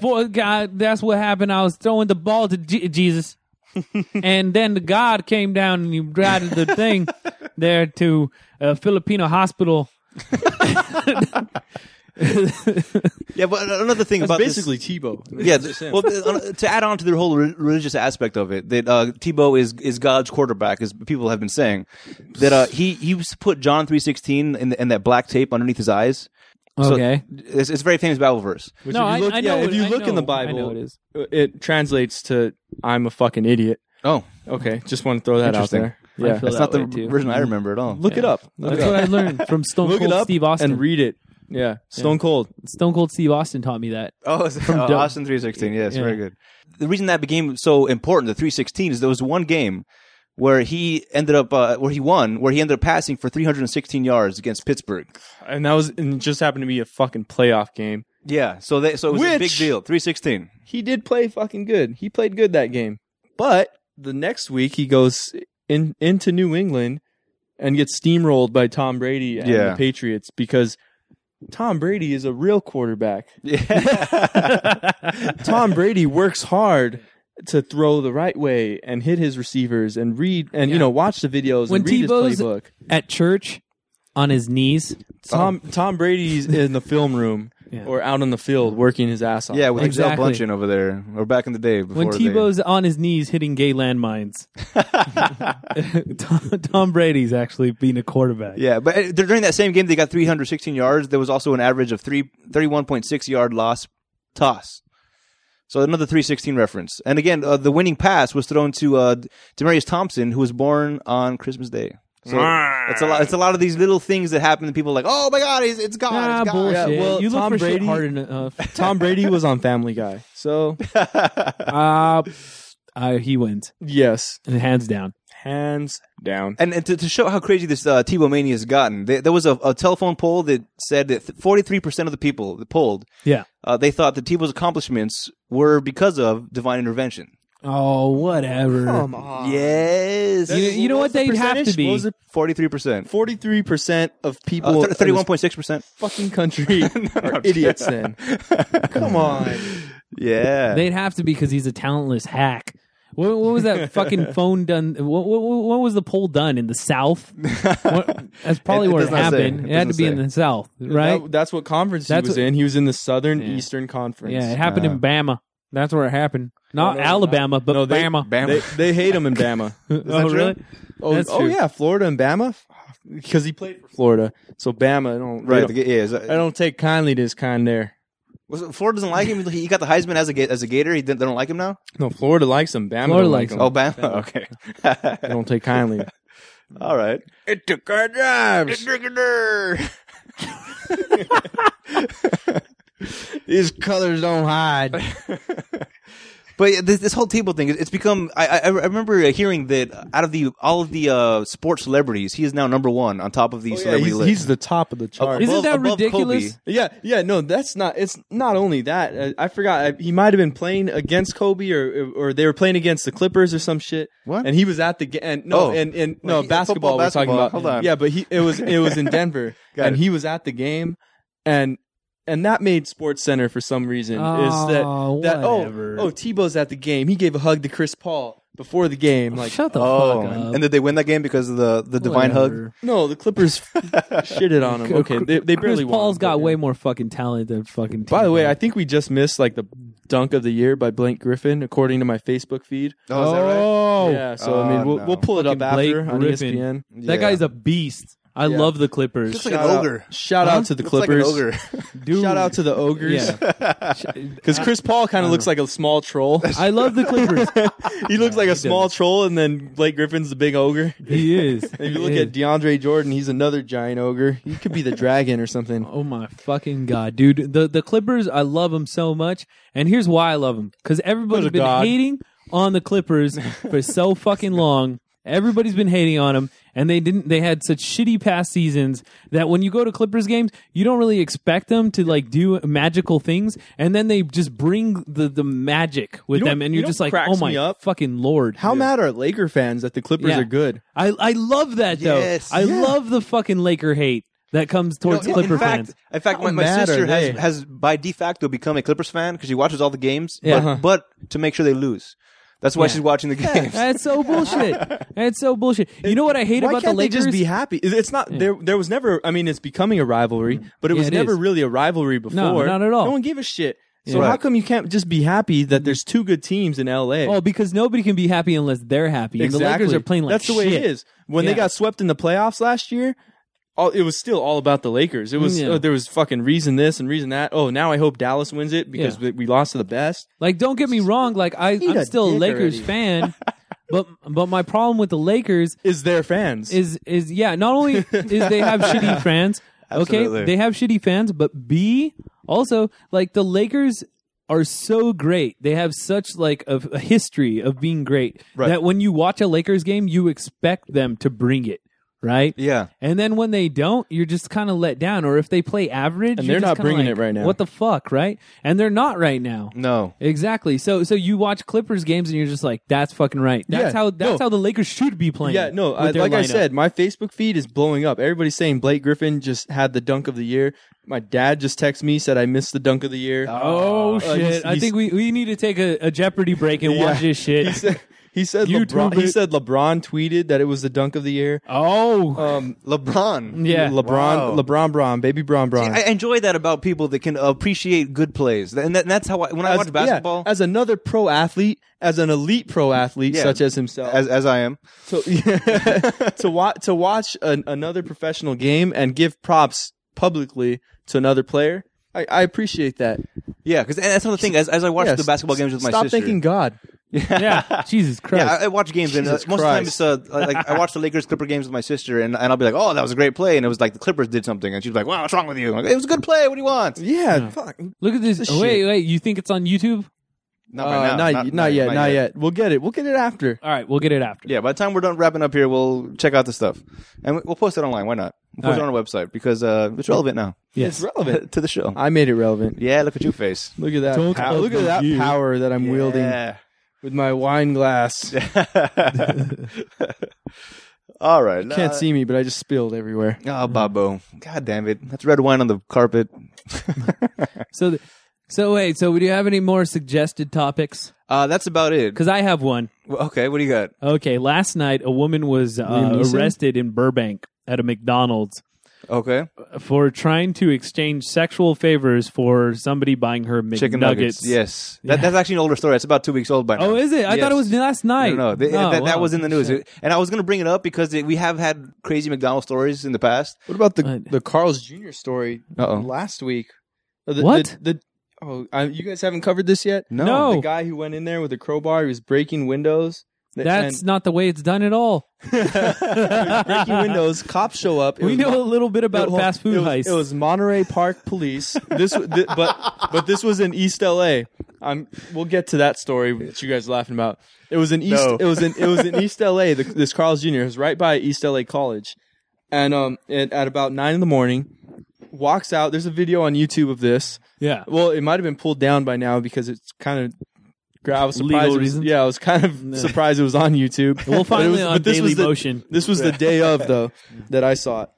Fourth God. That's what happened. I was throwing the ball to J- Jesus, and then the God came down and he guided the thing there to a Filipino hospital. Yeah, but another thing That's about this- basically Tebow. [LAUGHS] Yeah, th- well, th- on- to add on to the whole re- religious aspect of it, that uh, Tebow is is God's quarterback, as people have been saying. That uh, he he used to put John three sixteen in, the- in that black tape underneath his eyes. So Okay. it's, it's a very famous Bible verse. Which No, if I- you look, I know yeah, it- if you I look in the know- I know Bible, it is. it translates to "I'm a fucking idiot." Oh, Okay, just want to throw that out Interesting. there. Yeah, feel that's not that the way, too. version I remember at all. look it up. Look, That's it what up. I learned [LAUGHS] from Stone Look it Cold up Steve Austin. and read it. Yeah, Stone Cold. Stone Cold Steve Austin taught me that. Oh, it's, oh Doug. Austin three sixteen. Yes, Yeah. very good. The reason that became so important, the three sixteen, is there was one game where he ended up uh, where he won, where he ended up passing for three hundred and sixteen yards against Pittsburgh. and that was and it just happened to be a fucking playoff game. Yeah, so they so it was a big Which- deal. Three [LAUGHS] sixteen. He did play fucking good. He played good that game. But the next week he goes in into New England and gets steamrolled by Tom Brady and Yeah. the Patriots because Tom Brady is a real quarterback. Yeah. [LAUGHS] Tom Brady works hard to throw the right way and hit his receivers and read and you know watch the videos When and read Tebow's- Oh. his playbook. At church, on his knees. Tom Tom Brady's in the film room [LAUGHS] Yeah. or out on the field working his ass off. yeah, with Excel Exactly. Blunchin over there, or back in the day before When they- Tebow's on his knees hitting gay [LAUGHS] landmines, [LAUGHS] Tom, Tom Brady's actually being a quarterback. Yeah, but uh, during that same game, they got 316 yards. There was also an average of three, 31.6 yard loss toss. So another 316 reference. And again, uh, the winning pass was thrown to uh, Demarius Thompson, who was born on Christmas Day. So it's a lot. It's a lot of these little things that happen. And people are like, oh my god, it's, it's God. Ah, it's God. bullshit. Yeah, well, you look Tom for shit Brady- hard enough. Tom Brady was on Family Guy. [LAUGHS] So, uh, uh, he wins, yes, and hands down. hands down. And, and to, to show how crazy this uh, Tebow mania has gotten, there, there was a, a telephone poll that said that 43% of the people that polled, [LAUGHS] Yeah. uh, they thought that Tebow's accomplishments were because of divine intervention. Oh, whatever. on. Yes. You, you know what the they'd have to percentage? Ah. What be. was it? 43%. 43% of people Uh, in thir- this 31.6%. [LAUGHS] fucking country are idiots then. Come on. Yeah. They'd have to be because he's a talentless hack. What, what was that fucking phone done? What, what, what was the poll done in the South? What, that's probably It- it where it does not say. happened. It It, had to doesn't be in say. the South, [LAUGHS] right? That- that's what conference That's he was what- in. He was in the Southern Yeah. Eastern Conference. yeah, it happened in Bama. That's where it happened. Not no, no, Alabama, but no, they- Bama. Bam. They, they hate him [LAUGHS] in Bama. oh, true? really? Oh, That's oh true. yeah, Florida and Bama, because he played for Florida. So Bama, I don't, right. right? the ga- yeah. is that- I don't take kindly to his kind there. was it- Ford doesn't like him. He got the Heisman as a, ga- as a Gator. He didn't, they don't like him now? No, Florida likes him. Bama Florida don't likes like him. him. Oh, [LAUGHS] Bama. Okay. [LAUGHS] They don't [LAUGHS] take kindly. All right. it took our jobs. These colors [LAUGHS] don't hide. [LAUGHS] But yeah, this, this whole Tebow thing, it's become. I, I, I remember hearing that out of the all of the uh, sports celebrities, he is now number one on top of the celebrity Oh, he's, list. he's the top of the chart. Isn't Above- that above ridiculous? Kobe. yeah, yeah, no, that's not. It's not only that. uh, I, forgot. I, he might have been playing against Kobe, or or they were playing against the Clippers or some shit. What? And he was at the game. And, no, Oh. and and no Like, he- basketball. football, we're talking basketball. about. Hold on. Yeah, but he it was it [LAUGHS] was in Denver, Got and it. he was at the game, and and that made Sports Center for some reason is that Oh, that whatever. oh oh Tebow's at the game. He gave a hug to Chris Paul before the game. Like Shut the oh, fuck up. and, and did they win that game because of the Oh, the divine hug? Whatever. no, [LAUGHS] the Clippers shitted on him. Okay, they, they Chris barely won. Paul's got but, yeah. way more fucking talent than fucking. By the way, Tebow. I think we just missed like the dunk of the year by Blake Griffin, according to my Facebook feed. Oh, is that right? Oh, yeah, so I mean, Oh, we'll, no. we'll pull it up Fucking Blake after on E Griffin. ESPN. that guy's a beast. I Yeah. love the Clippers. Just like an Shout out- ogre. Shout out to the Looks like an Clippers. ogre. Dude. Shout out to the ogres. [LAUGHS] Yeah. Because Chris Paul Uh-huh. kind of looks like a small troll. I love the Clippers. [LAUGHS] he looks like a small troll, and then Blake Griffin's the big ogre. he is. If He you look is. at DeAndre Jordan, he's another giant ogre. He could be the dragon or something. [LAUGHS] Oh my fucking god, dude! The the Clippers, I love them so much, and here's why I love them because everybody's What a been god. hating on the [LAUGHS] Clippers for so fucking long. Everybody's been hating on them, and they didn't. They had such shitty past seasons that when you go to Clippers games, you don't really expect them to like do magical things, and then they just bring the the magic with You know them, what- and you you're know just what like, cracks oh my me up? fucking lord! How mad are Laker fans that the Clippers Yeah. are good? I I love that though. Yes. I Yeah. love the fucking Laker hate. that comes towards No, in- Clipper in fact, fans. In fact, How my, my mad sister are has, they? has by de facto become a Clippers fan because she watches all the games, Yeah. but, Uh-huh. but to make sure they lose. That's why she's watching the [LAUGHS] games. That's so bullshit. That's so bullshit. You know what I hate Why about can't the Lakers? they just be happy? It- It's not there. There was never. I mean, it's becoming a rivalry, but it Mm. Yeah, was it never is. really a rivalry before. not at all. Mm. No one gave a shit. So Yeah. how come you can't just be happy that there's two good teams in L.A.? oh, because nobody can be happy unless they're happy. And the Lakers Exactly. are playing like that's the way shit. it is. When Yeah. they got swept in the playoffs last year, all, it was still all about the Lakers. It was Mm, Yeah. uh, there was fucking reason this and reason that. Oh, now I hope Dallas wins it because Yeah. we, we lost to the best. Like, don't get me wrong. Like, I, Eat I'm a still a dick Lakers already. [LAUGHS] fan, but but my problem with the Lakers Is their fans? is is yeah. Not only is they have [LAUGHS] shitty fans, okay, Absolutely. they have shitty fans, but B also like the Lakers are so great. They have such like a, a history of being great Right. that when you watch a Lakers game, you expect them to bring it. Right, Yeah. and then when they don't, you're just kind of let down. Or if they play average, And you're they're just not kinda bringing like, it right now. What the fuck, right? And they're not right now. No. Exactly. So so you watch Clippers games and you're just like, that's fucking right. That's Yeah, how that's no. how the Lakers should be playing. yeah, no. with I, their like I lineup. said, my Facebook feed is blowing up. Everybody's saying Blake Griffin just had the dunk of the year. My dad just texted me said I missed the dunk of the year. Oh shit! uh, he's- I think we, we need to take a, a Jeopardy break [LAUGHS] and watch this shit. he said he said YouTube LeBron, he it. said LeBron tweeted that it was the dunk of the year. [LAUGHS] oh Um, LeBron. yeah, LeBron, Wow. LeBron, Bron, baby Bron, Bron. I I enjoy that about people that can appreciate good plays, and, that, that's how I, when I watch yeah, basketball, as another pro athlete, as an elite pro athlete Yeah. such as himself, as as I am. to, [LAUGHS] to, wa- to watch an, another professional game and give props publicly to another player, I, I appreciate that. Yeah, because that's another thing. As, as I watch Yeah, the basketball games with my stop sister, thinking God. yeah. Jesus Christ! yeah, I, I watch games, and uh, Jesus most of Christ. the time it's uh, like I watch the [LAUGHS] Lakers Clipper games with my sister, and, and I'll be like, "Oh, that was a great play," and it was like the Clippers did something, and she's like, "Wow, what's wrong with you?" I'm like, it was a good play. What do you want? Yeah, fuck. Look at this. This wait, shit. wait. You think it's on YouTube? Not Uh, right now. not, not, yet, not yet. We'll get it. We'll get it after. All right, we'll get it after. Yeah, by the time we're done wrapping up here, we'll check out the stuff, and we- we'll post it online. Why not? We'll post it All on our website because uh, it's relevant now Yes. It's [LAUGHS] relevant. to the show. I made it relevant. Yeah, look at your face. Look at that. Don't pow- look at that overview. power that I'm wielding Yeah. [LAUGHS] with my wine glass. All right. [LAUGHS] Can't uh, see me, but I just spilled everywhere. Oh, Babo. God damn it. That's red wine on the carpet. So th- so wait. So do you have any more suggested topics? Uh, that's about it. Because I have one. Well, Okay, what do you got? Okay, last night a woman was uh, Liam Neeson? arrested in Burbank at a McDonald's Okay. for trying to exchange sexual favors for somebody buying her McNuggets. Chicken nuggets. Yes. That, That's actually an older story. It's about two weeks old by now. Oh, is it? I thought Yes. it was last night. No, no, they, Oh, that, that wow. was in the news, and I was going to bring it up because it, we have had crazy McDonald's stories in the past. What about the What? the Carl's Jr. story Uh-oh. last week? Uh, The- the- What? The, oh, I, you guys haven't covered this yet. No. The guy who went in there with a crowbar, he was breaking windows. Th- That's not the way it's done at all. and [LAUGHS] breaking windows. Cops show up. It We was know Mon- a little bit about it was- fast food it was, heists. It was Monterey Park Police. This, w- thi- but but this was in East L.A. I'm, we'll get to that story that you guys are laughing about. It was in East. No. It was in it was in East L.A. The, this Carl's Jr. was right by East L.A. College, and um, it, at about nine in the morning, walks out. There's a video on YouTube of this. yeah. Well, it might have been pulled down by now because it's kind of. I was surprised. Legal it was- reasons? yeah, I was [LAUGHS] kind of surprised it was on YouTube. Well, But it finally was- on but this Daily was the- Motion. this was the day of though that I saw it.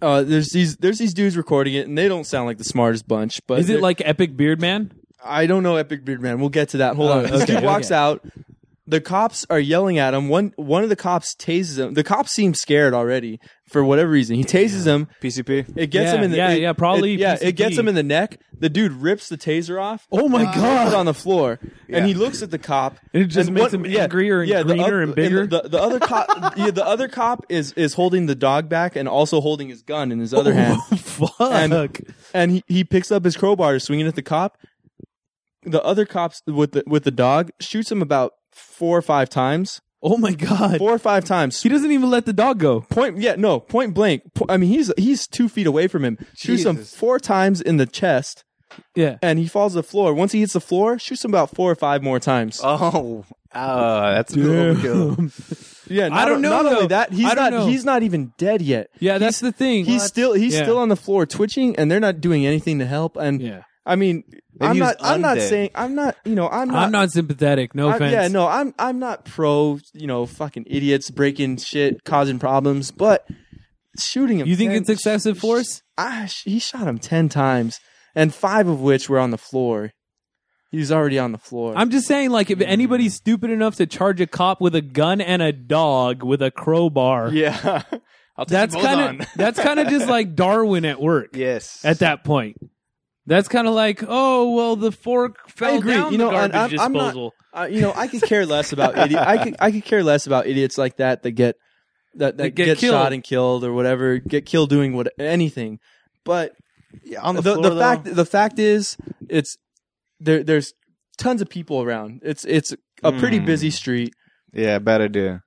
Uh, there's these there's these dudes recording it, and they don't sound like the smartest bunch. But Is it they're- like Epic Beard [LAUGHS] Man? I don't know Epic Beard Man? We'll get to that. Hold on. This Oh, okay, dude walks okay. out. The cops are yelling at him. One one of the cops tases him. The cops seem scared already for whatever reason. He tases him. PCP. It gets Yeah, him in the yeah, it- yeah, probably it- yeah. It gets PCP. him in the neck. The dude rips the taser off. Oh my and throws it on the floor, and he looks at the cop. And it just and makes him angrier and greener and the- bigger. the, the other [LAUGHS] cop, yeah, the other cop is is holding the dog back and also holding his gun in his [LAUGHS] other hand, Oh, Fuck. and and he, he picks up his crowbar, swinging at the cop. The other cops with the with the dog shoots him about four or five times, oh my god. four or five times. he doesn't even let the dog go. Point, yeah, no, point blank. Po- I mean, he's he's two feet away from him. Shoots him Jesus. four times in the chest, [LAUGHS] Yeah. and he falls to the floor. Once he hits the floor, shoots him about four or five more times. Uh, Oh, ah, that's a little overkill. Yeah, not, don't know, Not though. only that, he's I don't not know. he's not even dead yet. Yeah, that's the thing. He's still he's Yeah. still on the floor twitching, and they're not doing anything to help. And Yeah. I mean, I'm he was not I'm not undead. saying I'm not you know I'm not. I'm not sympathetic. No I- offense. yeah, no, I'm I'm not pro, you know, fucking idiots breaking shit, causing problems, but shooting him. You think 10 it's excessive force? I, he shot him ten times, and five of which were on the floor. He was already on the floor. I'm just saying, like, if anybody's stupid enough to charge a cop with a gun and a dog with a crowbar, yeah. [LAUGHS] I'll take that's Both kind on. of [LAUGHS] that's kind of just like Darwin at work. Yes. At that point, that's kind of like, oh well, the fork fell agree. down You the know, and garbage I'm- I'm not- disposal. Uh, you know, I could care less about idiot. I could I could care less about idiots like that that get that that That get, get shot killed. and killed or whatever, get killed doing what anything. But on the, the fact the fact is, it's there. There's tons of people around. It's it's a pretty Hmm. busy street. Yeah, bad idea.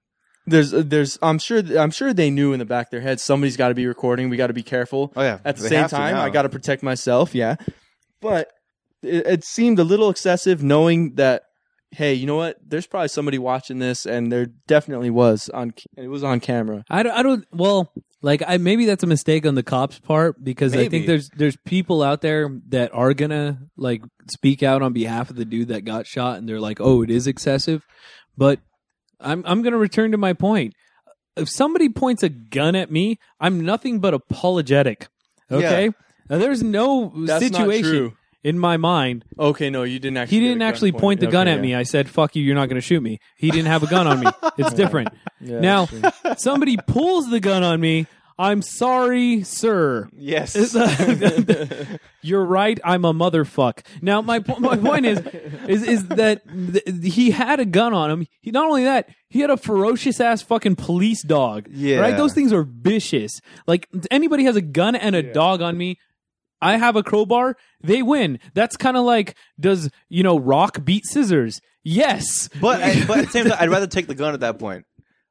There's there's I'm sure I'm sure they knew in the back of their head somebody's got to be recording. We got to be careful. Oh yeah. At the They same have to time, now. I got to protect myself. Yeah, but it, it seemed a little excessive, knowing that hey, you know what? There's probably somebody watching this, and there definitely was on. c- It was on camera. I don't, I don't. Well, like I maybe that's a mistake on the cops' part because I Maybe. think there's there's people out there that are gonna like speak out on behalf of the dude that got shot, and they're like, oh, it is excessive. But I'm I'm gonna return to my point. If somebody points a gun at me, I'm nothing but apologetic. Okay, Now, there's no That's not situation true. in my mind. Okay, no, you didn't actually. He get a didn't gun actually pointed. point the gun Okay, at me. I said, "Fuck you, you're not gonna shoot me." He didn't have a gun [LAUGHS] on me. It's different. yeah. Yeah, Now, that's true. somebody pulls the gun on me. I'm sorry, sir. Yes. It's, uh, [LAUGHS] You're right. I'm a motherfuck. Now, my po- my point is, is is that th- he had a gun on him. He, not only that, he had a ferocious ass fucking police dog. Yeah. right. Those things are vicious. Like anybody has a gun and a dog on me. I have a crowbar, they win. That's kind of like does, you know, rock beat scissors? Yes. [LAUGHS] But I, but at the [LAUGHS] same time, I'd rather take the gun at that point.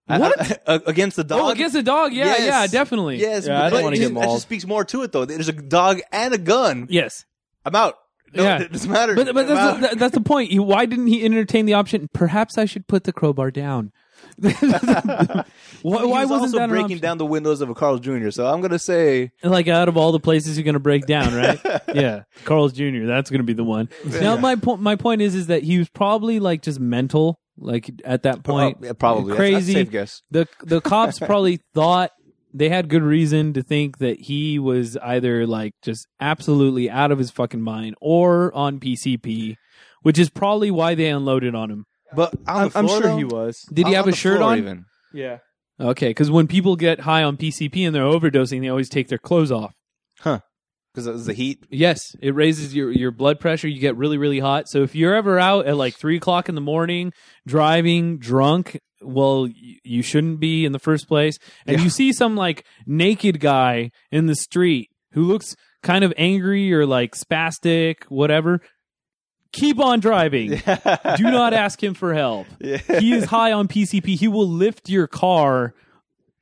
I- What? I- against the dog. Oh, against a dog, yeah, Yes. yeah, definitely. Yes, Yeah, I don't but wanna it get just- that mauled. just speaks more to it, though. There's a dog and a gun. Yes. I'm out. No, Yeah. it doesn't matter. But, I'm but that's, out. the, that- that's the point. He- Why didn't he entertain the option? Perhaps I should put the crowbar down. [LAUGHS] why He Oh, why was wasn't also that an breaking option? down the windows of a Carl's Jr. So I'm gonna say Like out of all the places you're going to break down, right? [LAUGHS] yeah, Carl's Jr. That's going to be the one. Now my point, my point is, is that he was probably like just mental, like at that point, yeah, probably. That's- that's a crazy. safe guess. The [LAUGHS] the cops probably thought they had good reason to think that he was either like just absolutely out of his fucking mind or on PCP, which is probably why they unloaded on him. But on I'm, the I'm floor, sure though? he was. Did On- he have on a the shirt floor on? Even. Yeah. Okay, because when people get high on PCP and they're overdosing, they always take their clothes off. because it was the [LAUGHS] heat. Yes, it raises your, your blood pressure. You get really, really hot. So if you're ever out at like three o'clock in the morning driving drunk, well, y- you shouldn't be in the first place. And you see some like naked guy in the street who looks kind of angry or like spastic, whatever. Keep on driving. Do not ask him for help. He is high on PCP. He will lift your car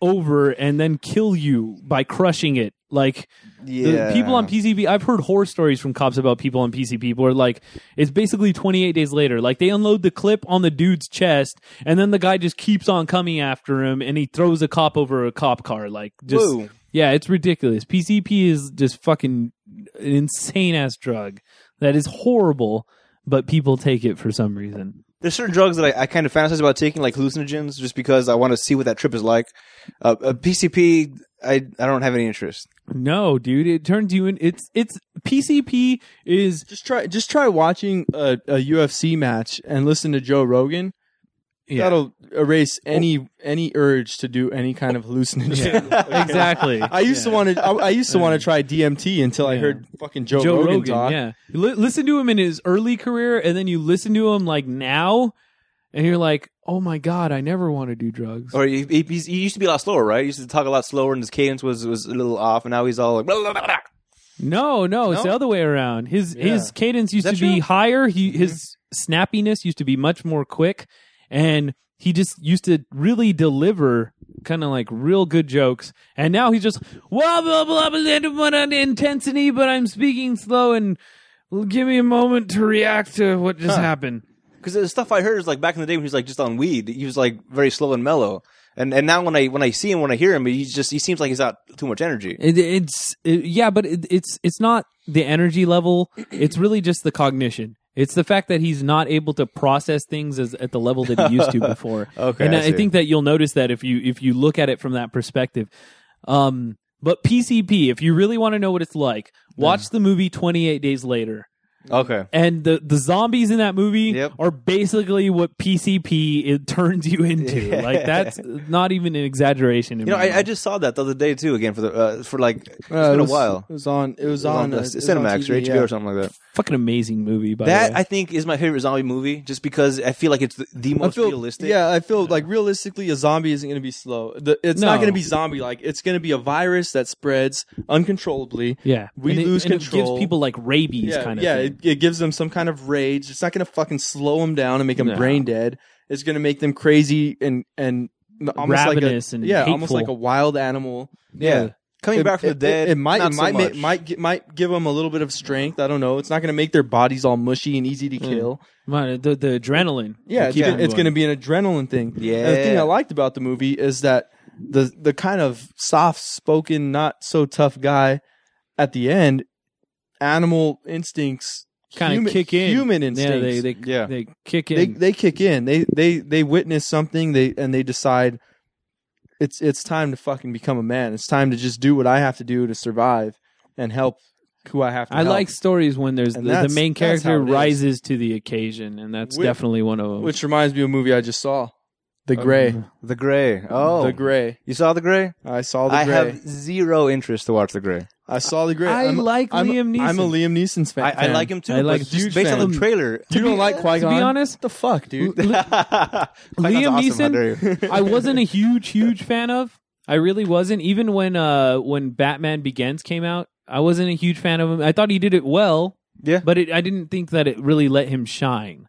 over and then kill you by crushing it. Like the Yeah. people on PCP, I've heard horror stories from cops about people on PCP where like it's basically 28 days later. Like they unload the clip on the dude's chest, and then the guy just keeps on coming after him, and he throws a cop over a cop car. Like just Whoa. yeah, it's ridiculous. PCP is just fucking an insane ass drug that is horrible, but people take it for some reason. There's certain drugs that I, I kind of fantasize about taking, like hallucinogens, just because I want to see what that trip is like. Uh, a PCP, I I don't have any interest. No, dude, it turns you in. It's it's PCP is Just try. Just try watching a, a UFC match and listen to Joe Rogan. Yeah. That'll erase any any urge to do any kind of hallucinogen. exactly. [LAUGHS] I used to want to. I, I used to want to try DMT until I Yeah. heard fucking Joe, Joe Rogan, Rogan, talk. yeah. You li- listen to him in his early career, and then you listen to him like now, and you're like, oh my god, I never want to do drugs. Or he, he, he's- he used to be a lot slower, right? He used to talk a lot slower, and his cadence was was a little off. And now he's all like, blah, blah, blah, blah. No, no, it's No? the other way around. His Yeah. his cadence used that to be true? higher. He his snappiness used to be much more quick, and he just used to really deliver kind of like real good jokes. And now he's just blah blah blah blah blah blah, intensity, but I'm speaking slow and. Give me a moment to react to what just happened. Because the stuff I heard is like back in the day when he was like just on weed, he was like very slow and mellow. And and now when I when I see him when I hear him, he's just he seems like he's out too much energy. It, it's it, yeah, but it, it's it's not the energy level. It's really just the cognition. It's the fact that he's not able to process things as, at the level [LAUGHS] that he used to before. Okay, and I I, see. think that you'll notice that if you if you look at it from that perspective. Um, but PCP, if you really want to know what it's like, watch the movie 28 Days Later. Okay. And the, the zombies in that movie Yep. are basically what PCP it turns [LAUGHS] you into. Like that's not even an exaggeration. In You know, my I, I mind. just saw that the other day too. Again for the uh, for like it's Uh, been it a was- while. It was on. It was It's on, on, uh, uh, it was Cinemax on or TV, HBO yeah. Oh, or something like that. fucking amazing movie. By That the way. I think is my favorite zombie movie, just because I feel like it's the, the I most feel, realistic. Yeah, I feel like realistically, a zombie isn't going to be slow. The, it's not No. going to be zombie like. It's going to be a virus that spreads uncontrollably. yeah, we And it- lose and It control. gives people like rabies, yeah, kind of. yeah. thing. It, it gives them some kind of rage. It's not going to fucking slow them down and make them No. brain dead. It's going to make them crazy and and almost Ravenous like a, and yeah, almost hateful. like a wild animal. Yeah. coming It- back from it- the dead. It, it might not it so might much. ma- might gi- might give them a little bit of strength. I don't know. It's not going to make their bodies all mushy and easy to Mm. kill. Man, the, the adrenaline. Yeah, it's, keep gonna- it it's going to be an adrenaline thing. And the thing Yeah. I liked about the movie is that the the kind of soft spoken, not so tough guy at the end, animal instincts kind human- of kick in. Human yeah, instincts. they they, yeah. they kick in. they they kick in. They they they witness something. They and they decide it's it's time to fucking become a man. It's time to just do what I have to do to survive and help who I have to. I help. like stories when there's the, And the that's- main that's how character it is. rises to the occasion, and that's Which- definitely one of them. which [LAUGHS] reminds me of a movie I just saw, The Oh, Gray. the gray. Oh, The Gray. You saw the gray? I saw The I Gray. have zero interest to watch the gray. I saw The Gray. I I'm- like I'm- Liam Neeson. I'm a Liam Neeson's fan. I, I like him too. I but like- just huge based on the [LAUGHS] fan. trailer. [LAUGHS] You don't like Qui to Gon? be honest, the fuck, dude? Qui-Gon's awesome, how Neeson? dare you. I wasn't a huge, huge fan of. I really wasn't. Even when uh when Batman Begins came out, I wasn't a huge fan of him. I thought he did it well, Yeah. but it, I didn't think that it really let him shine.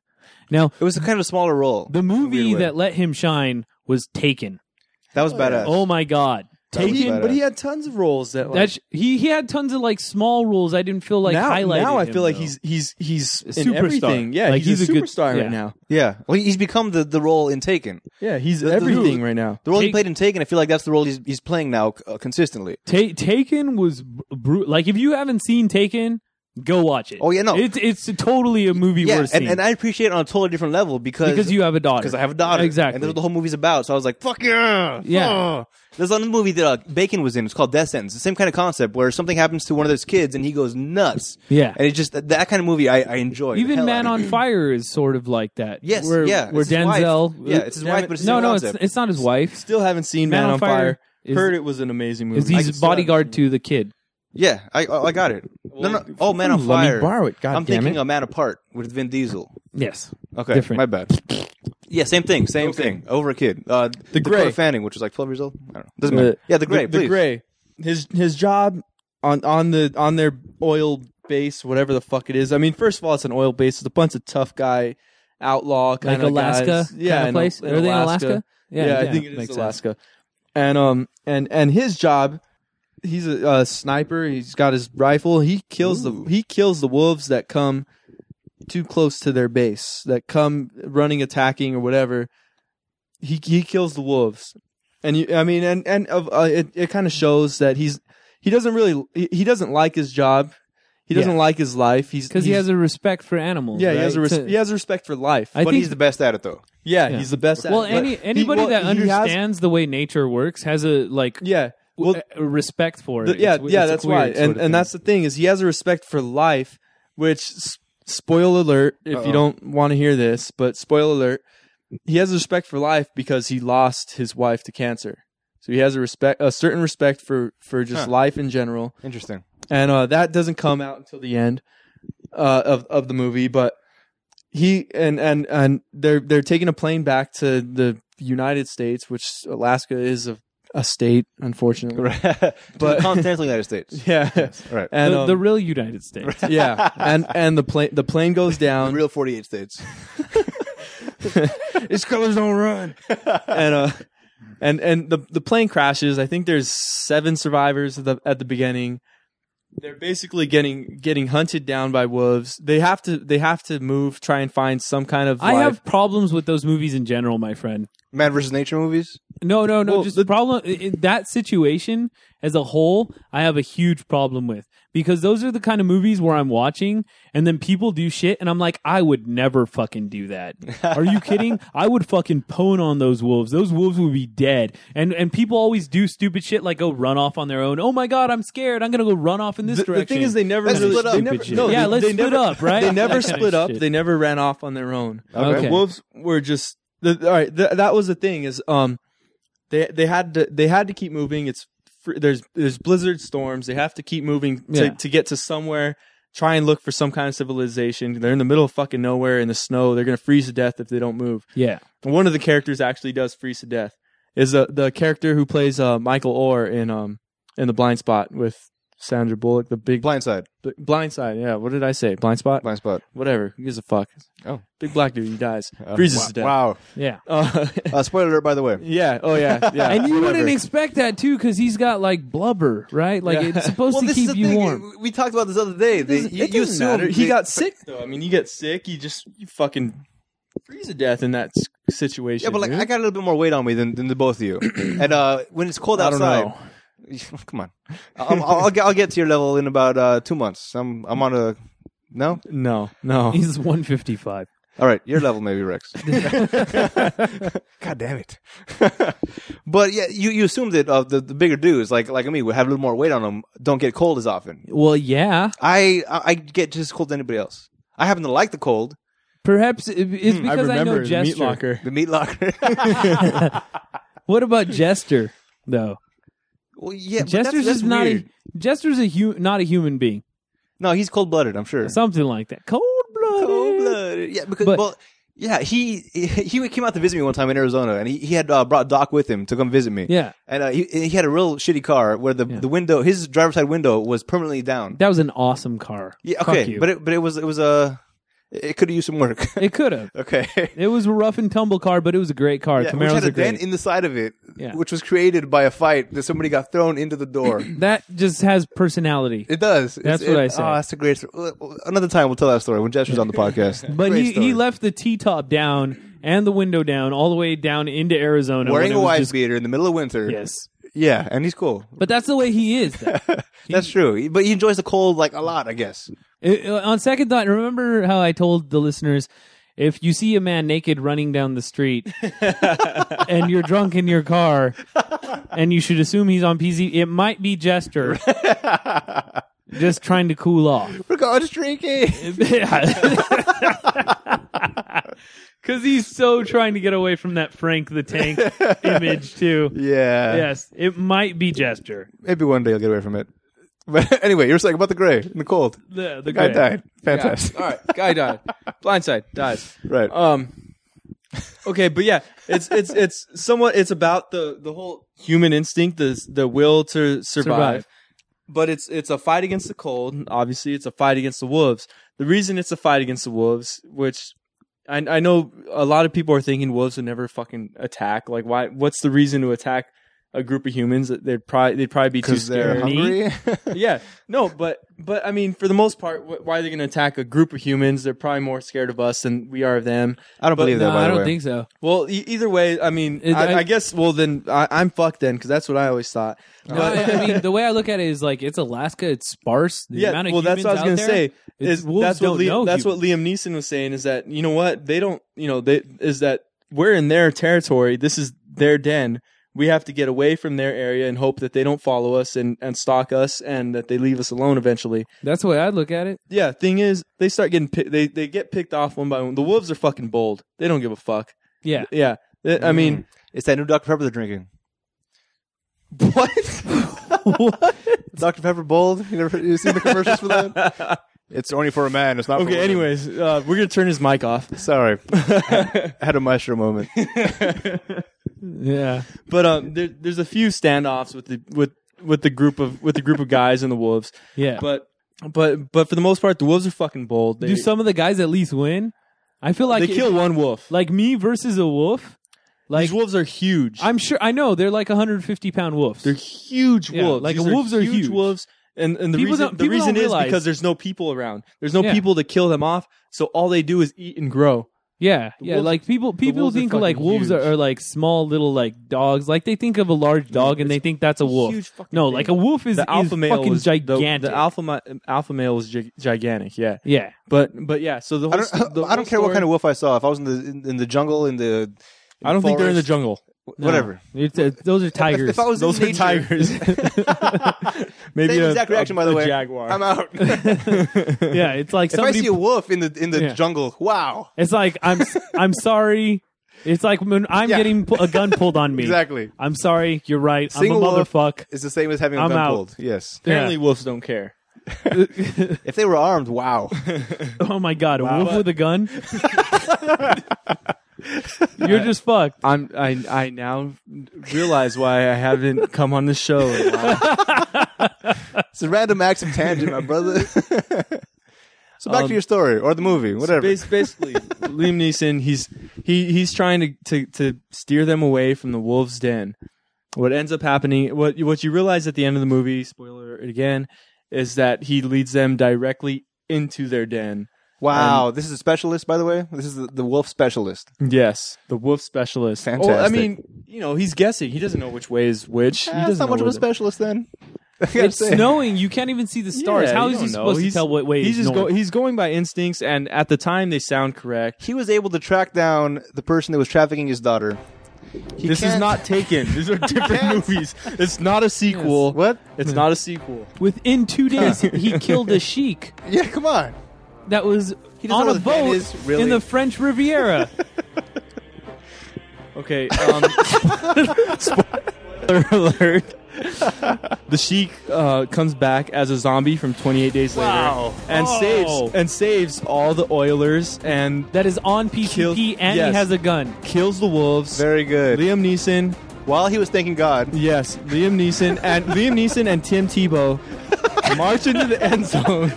Now, [LAUGHS] It was a kind of a smaller role. the movie weird way. that let him shine was Taken. that was badass. Oh my god, That was He- badass. but he had tons of roles that. Like, That's he. He had tons of like small roles. I didn't feel like now, highlighted. now I him, feel like though. he's he's he's A in superstar. everything. Yeah, Like, he's, he's a a good- superstar yeah. right now. yeah. Well, he's become the, the role in Taken. Yeah, he's The- the- everything right now. The role he Take- played in Taken, I feel like that's the role he's, he's playing now uh, consistently. Ta- Taken was brutal. Like if you haven't seen Taken, go watch it. Oh, yeah, no. it's it's totally a movie yeah, worth and, seeing and I appreciate it on a totally different level because because you have a daughter. because I have a daughter. Exactly. And that's what the whole movie's about. So I was like, fuck yeah. Yeah. Ugh. There's another movie that uh, Bacon was in. It's called Death Sentence. The same kind of concept where something happens to one of those kids and he goes nuts. Yeah. And it's just that, that kind of movie I, I enjoy. The Even hell Man out of on it. Fire is sort of like that. Yes, where, yeah, Where it's his Denzel. wife. Yeah, it's his Damn wife, it. but it's no, his no, it's, concept. it's not his wife. Still haven't seen Man, on Fire. is- Heard it was an amazing movie. Is I he's still bodyguard to the kid? Yeah, I I I got it. No, no. Oh, Man on Let me Fire. borrow it, God I'm damn thinking it. a Man Apart with Vin Diesel. Yes. Okay, Different. my bad. Yeah, same thing, same thing. Over a kid. Uh, the Grey. Fanning, which was like 12 years old. I don't know. Doesn't haven't- matter. Yeah, the gray. The, please. gray. His his job on on the on their oil base, whatever the fuck it is. I mean, first of all, it's an oil base. It's a bunch of tough guy outlaw Like kind of Alaska, guys. Yeah, kind in- of place. Are they in Alaska? Yeah, I think it makes is sense. Alaska. And um and and his job, he's a, uh sniper. He's got his rifle. He kills the he kills the wolves that come too close to their base. That come running, attacking, or whatever. He he kills the wolves, and you, I mean, and and of uh, it it kind of shows that he's he doesn't really he, he doesn't like his job. He doesn't like his life. He's because he he's- has a respect for animals. yeah he has a right? res- To- he has a respect for life. I But think- he's the best at it, though. yeah, Yeah. he's the best. at well, it, but any he- anybody well, that he has- understands the way nature works has a like yeah. Well, w- a respect for it. The- yeah, It's w- yeah, it's that's weird why, sort and of thing. and that's the thing is he has a respect for life, which s- spoiler alert if Uh-oh. you don't want to hear this, but spoiler alert, he has a respect for life because he lost his wife to cancer, so he has a respect, a certain respect for for just Huh. life in general, [LAUGHS] Interesting. and uh, that doesn't come out until the end uh, of of the movie, but he and and and they're they're taking a plane back to the United States, which Alaska is a a state, unfortunately. [LAUGHS] but But- the continental United [LAUGHS] States. Yeah, Right. and the, um, the real United States. [LAUGHS] yeah, and and the plane the plane goes The down. real 48 states. [LAUGHS] Its colors don't run. and uh, and and the the plane crashes. I think there's seven survivors at the at the beginning. They're basically getting getting hunted down by wolves. They have to they have to move, try and find some kind of. I life. have problems with those movies in general, my friend. Man versus Nature movies? No, no, no. Well, just the- the problem i- i- that situation as a whole, I have a huge problem with because those are the kind of movies where I'm watching and then people do shit and I'm like, I would never fucking do [LAUGHS] that. Are you kidding? I would fucking pwn on those wolves. Those wolves would be dead. And and people always do stupid shit like go run off on their own. Oh my god, I'm scared. I'm gonna go run off in this The, the direction. thing is, they never Let's really split up. They Stupid never, shit. no, yeah, they, let's they split never, up, right? They That never kind of split up. shit. They never ran off on their own. Okay. Wolves were just the, all right. th that was the thing is um they they had to they had to keep moving. It's fr- there's there's blizzard storms. They have to keep moving to, Yeah. to get to somewhere. Try and look for some kind of civilization. They're in the middle of fucking nowhere in the snow. They're gonna freeze to death if they don't move. yeah. And one of the characters actually does freeze to death. Is the the character who plays uh, Michael Orr in um in the Blind Spot with Sandra Bullock, the big Blind side. B- blind side. Yeah. What did I say? Blind spot. Blind spot. Whatever. Who gives a fuck? Oh. big black dude. He [LAUGHS] dies. Uh, Freezes wow. to death. Wow. Yeah. Uh, [LAUGHS] Uh, spoiler alert, by the way. yeah. Oh [LAUGHS] yeah. Yeah. And you Whatever. wouldn't expect that too, because he's got like blubber, right? Like Yeah. it's supposed to this is keep the you thing. warm. We talked about this other day. They, It you, doesn't you assume matter. He they- got sick though. I mean, you get sick. You just you fucking freeze to death in that s- situation. Yeah, but like dude. I got a little bit more weight on me than, than the both of [CLEARS THROAT] you. and uh, when it's cold I don't outside, know. [LAUGHS] come on, I'll, I'll, I'll, get, I'll get to your level in about uh, two months. I'm I'm on a no. No. No. He's 155. All right, your level maybe [LAUGHS] Rex. God damn it! [LAUGHS] but yeah, you, you assume that uh, the, the bigger dudes like like me would have a little more weight on them. Don't get cold as often. Well, yeah. I I, I get just as cold as anybody else. I happen to like the cold, Perhaps it- it's I because I, remember know the gesture. meat locker. Hmm, the meat locker. [LAUGHS] What about Jester though? well, yeah, but that's, Jester's that's is not weird. a Jester's a hu- not a human being. No, he's cold blooded. I'm sure. Something like that. Cold blooded. cold blooded. Yeah, because But- well, yeah, he [LAUGHS] he came out to visit me one time in Arizona, and he, he had uh, brought Doc with him to come visit me. Yeah. and uh, he he had a real shitty car where the the window, his driver's side window, was permanently down. That was an awesome car. yeah, Fuck okay, you. but it, but it was it was uh, it could have used some [LAUGHS] work. [LAUGHS] it could have. okay. It was a rough and tumble car, but it was a great car. Yeah, which Camaros had are a great. dent in the side of it, Yeah. which was created by a fight that somebody got thrown into the [CLEARS THROAT] door. that just has personality. it does. That's It's- what it- I said. Oh, that's a great. story. Another time we'll tell that story when Jester's on [LAUGHS] the podcast. But Great he, story. he left the T top down and the window down all the way down into Arizona. wearing when it a was wide just- beater in the middle of winter. Yes. Yeah, and he's cool. But that's the way he [LAUGHS] is. though. That's true. He- But he enjoys the cold like a lot, I guess. It- uh, on second thought, remember how I told the listeners if you see a man naked running down [LAUGHS] the street and you're drunk in your car and you should assume he's on PZ, it might [LAUGHS] be Jester just trying to cool off. For God's drinking. [LAUGHS] Because he's so trying to get away from that Frank the Tank [LAUGHS] image, too. Yeah. Yes, it might be Jester. Maybe one day I'll get away from it. But [LAUGHS] anyway, you were saying about the gray in the cold. The, the Guy gray. died. Yeah. Fantastic. [LAUGHS] All right. Guy [LAUGHS] died. Blindside dies. Right. Um. Okay, but yeah, it's it's it's somewhat it's about the the whole human instinct, the the will to survive. Survive. But it's it's a fight against the cold. Obviously, it's a fight against the wolves. The reason it's a fight against the wolves, which I I know a lot of people are thinking wolves would never fucking attack. Like, why? What's the reason to attack a group of humans? They'd probably they'd probably be too Because scared they're hungry. [LAUGHS] yeah, no, but but I mean, for the most part, wh- why are they going to attack a group of humans? They're probably more scared of us than we are of them. I don't believe that, No, by I the don't way. think so. Well, e- either way, I mean, It- I, I- I guess. Well, then I, I'm fucked then because that's what I always thought. No, I, I mean, the way I look at it is like it's Alaska. It's sparse. The yeah, amount of well, that's what I was going gonna to say. it's- Is wolves that's what don't know Liam, that's what Liam Neeson was saying is that you know what they don't you know they is that we're in their territory. This is their den. We have to get away from their area and hope that they don't follow us and, and stalk us and that they leave us alone eventually. That's the way I look at it. Yeah, thing is, they start getting pi- they they get picked off one by one. The wolves are fucking bold. They don't give a fuck. Yeah. yeah. They- I Mm. mean, It's that new Dr. Pepper they're drinking. [LAUGHS] What? Dr. Pepper Bold? You never you seen the commercials for that? [LAUGHS] It's only for a man. It's not for okay. women. Anyways, uh, we're gonna turn his mic off. [LAUGHS] Sorry. [LAUGHS] I had a maestro moment. Yeah. But um, there, there's a few standoffs with the with with the group of with the group of guys and the wolves. Yeah. But but but for the most part, the wolves are fucking bold. They, Do some of the guys at least win? I feel like they it- kill one wolf. like me versus a wolf. Like These wolves are huge. I'm sure I know they're like 150 pound wolves. They're huge Yeah, wolves. like, These wolves are huge. wolves. And, and the People reason, don't- the people reason don't is realize- because there's no people around. There's no Yeah. people to kill them off. So all they do is eat and grow. Yeah, yeah. wolves- like people, people wolves are think like fucking wolves are, huge. are like small little like dogs. Like they think of a large dog and they think that's a wolf. huge fucking no, thing. like a wolf is, The alpha is male fucking was the- gigantic. The, alpha mi- alpha male was gi- gigantic. Yeah, yeah, but but yeah. So the whole I [LAUGHS] sto- don't. the I whole don't care what story- kind of wolf I saw. If I was in the in, in the jungle in the, in I don't think they're in the forest, jungle. wh- Whatever. It's, uh, those are tigers. If, if I was Those in are nature, [LAUGHS] tigers. Maybe Same a, exact reaction, a- by the a way. Jaguar. I'm [LAUGHS] out. if [LAUGHS] yeah, it's like I somebody. see a wolf in the in the Yeah. jungle, wow. it's like I'm I'm sorry. It's like when I'm Yeah. getting pu- a gun pulled on me. Exactly. I'm sorry. You're right. Single I'm a wolf. motherfucker. It's the same as having a I'm gun out. pulled. Yes. Apparently, wolves don't care. If they were armed, wow. [LAUGHS] Oh my god, a wolf with a gun. You're just fucked. I'm I I now realize why I haven't come on the show. in a while. It's a random acts of tangent, my brother. [LAUGHS] so back Um, to your story or the movie, whatever. Bas- basically, Liam Neeson he's he he's trying to, to to steer them away from the wolves' den. What ends up happening, what what you realize at the end of the movie, spoiler again, is that he leads them directly into their den. wow, um, this is a specialist, by the way. This is the, the wolf specialist. Yes, the wolf specialist. Fantastic. Well, I mean, you know, he's guessing. He doesn't know which way is which. He Eh, it's doesn't not know much of a where the- specialist then. [LAUGHS] I gotta It's say. snowing. You can't even see the stars. Yeah, How you is he don't know. supposed He's- to tell what way He's is just north? go, he's going by instincts, and at the time they sound correct. He was able to track down the person that was trafficking his daughter. He this is can't- not Taken. These are different movies. It's not a sequel. What? It's not a sequel. Within two days, he killed a sheik Yeah, come on. that was doesn't on know what a the bed boat is, really. in the French Riviera. Okay. Um, spoiler alert. The Sheik uh, comes back as a zombie from 28 Days Wow. later, and Oh. saves and saves all the Oilers, and that is on PCP, Killed- and yes. he has a gun. kills the wolves. Very good. Liam Neeson While he was thanking God, Yes, Liam Neeson and Liam Neeson and Tim Tebow march into the end zone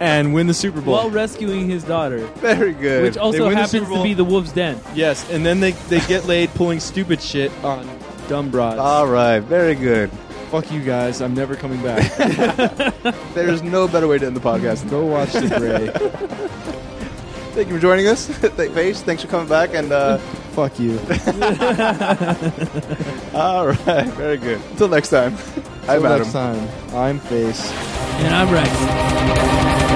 and win the Super Bowl. While rescuing his daughter, very good. which also win the happens Super to be Bowl. the wolf's den. yes, and then they, they get laid pulling stupid shit on dumb broads. All right, very good. Fuck you guys, I'm never coming back. There is no better way to end the podcast. Go watch The Gray. Thank you for joining us, [LAUGHS] Thank- Paige. Thanks for coming back. And uh, Fuck you. all right, very good. Until next time, [LAUGHS] I'm Till Adam. next time, I'm Face. And I'm right.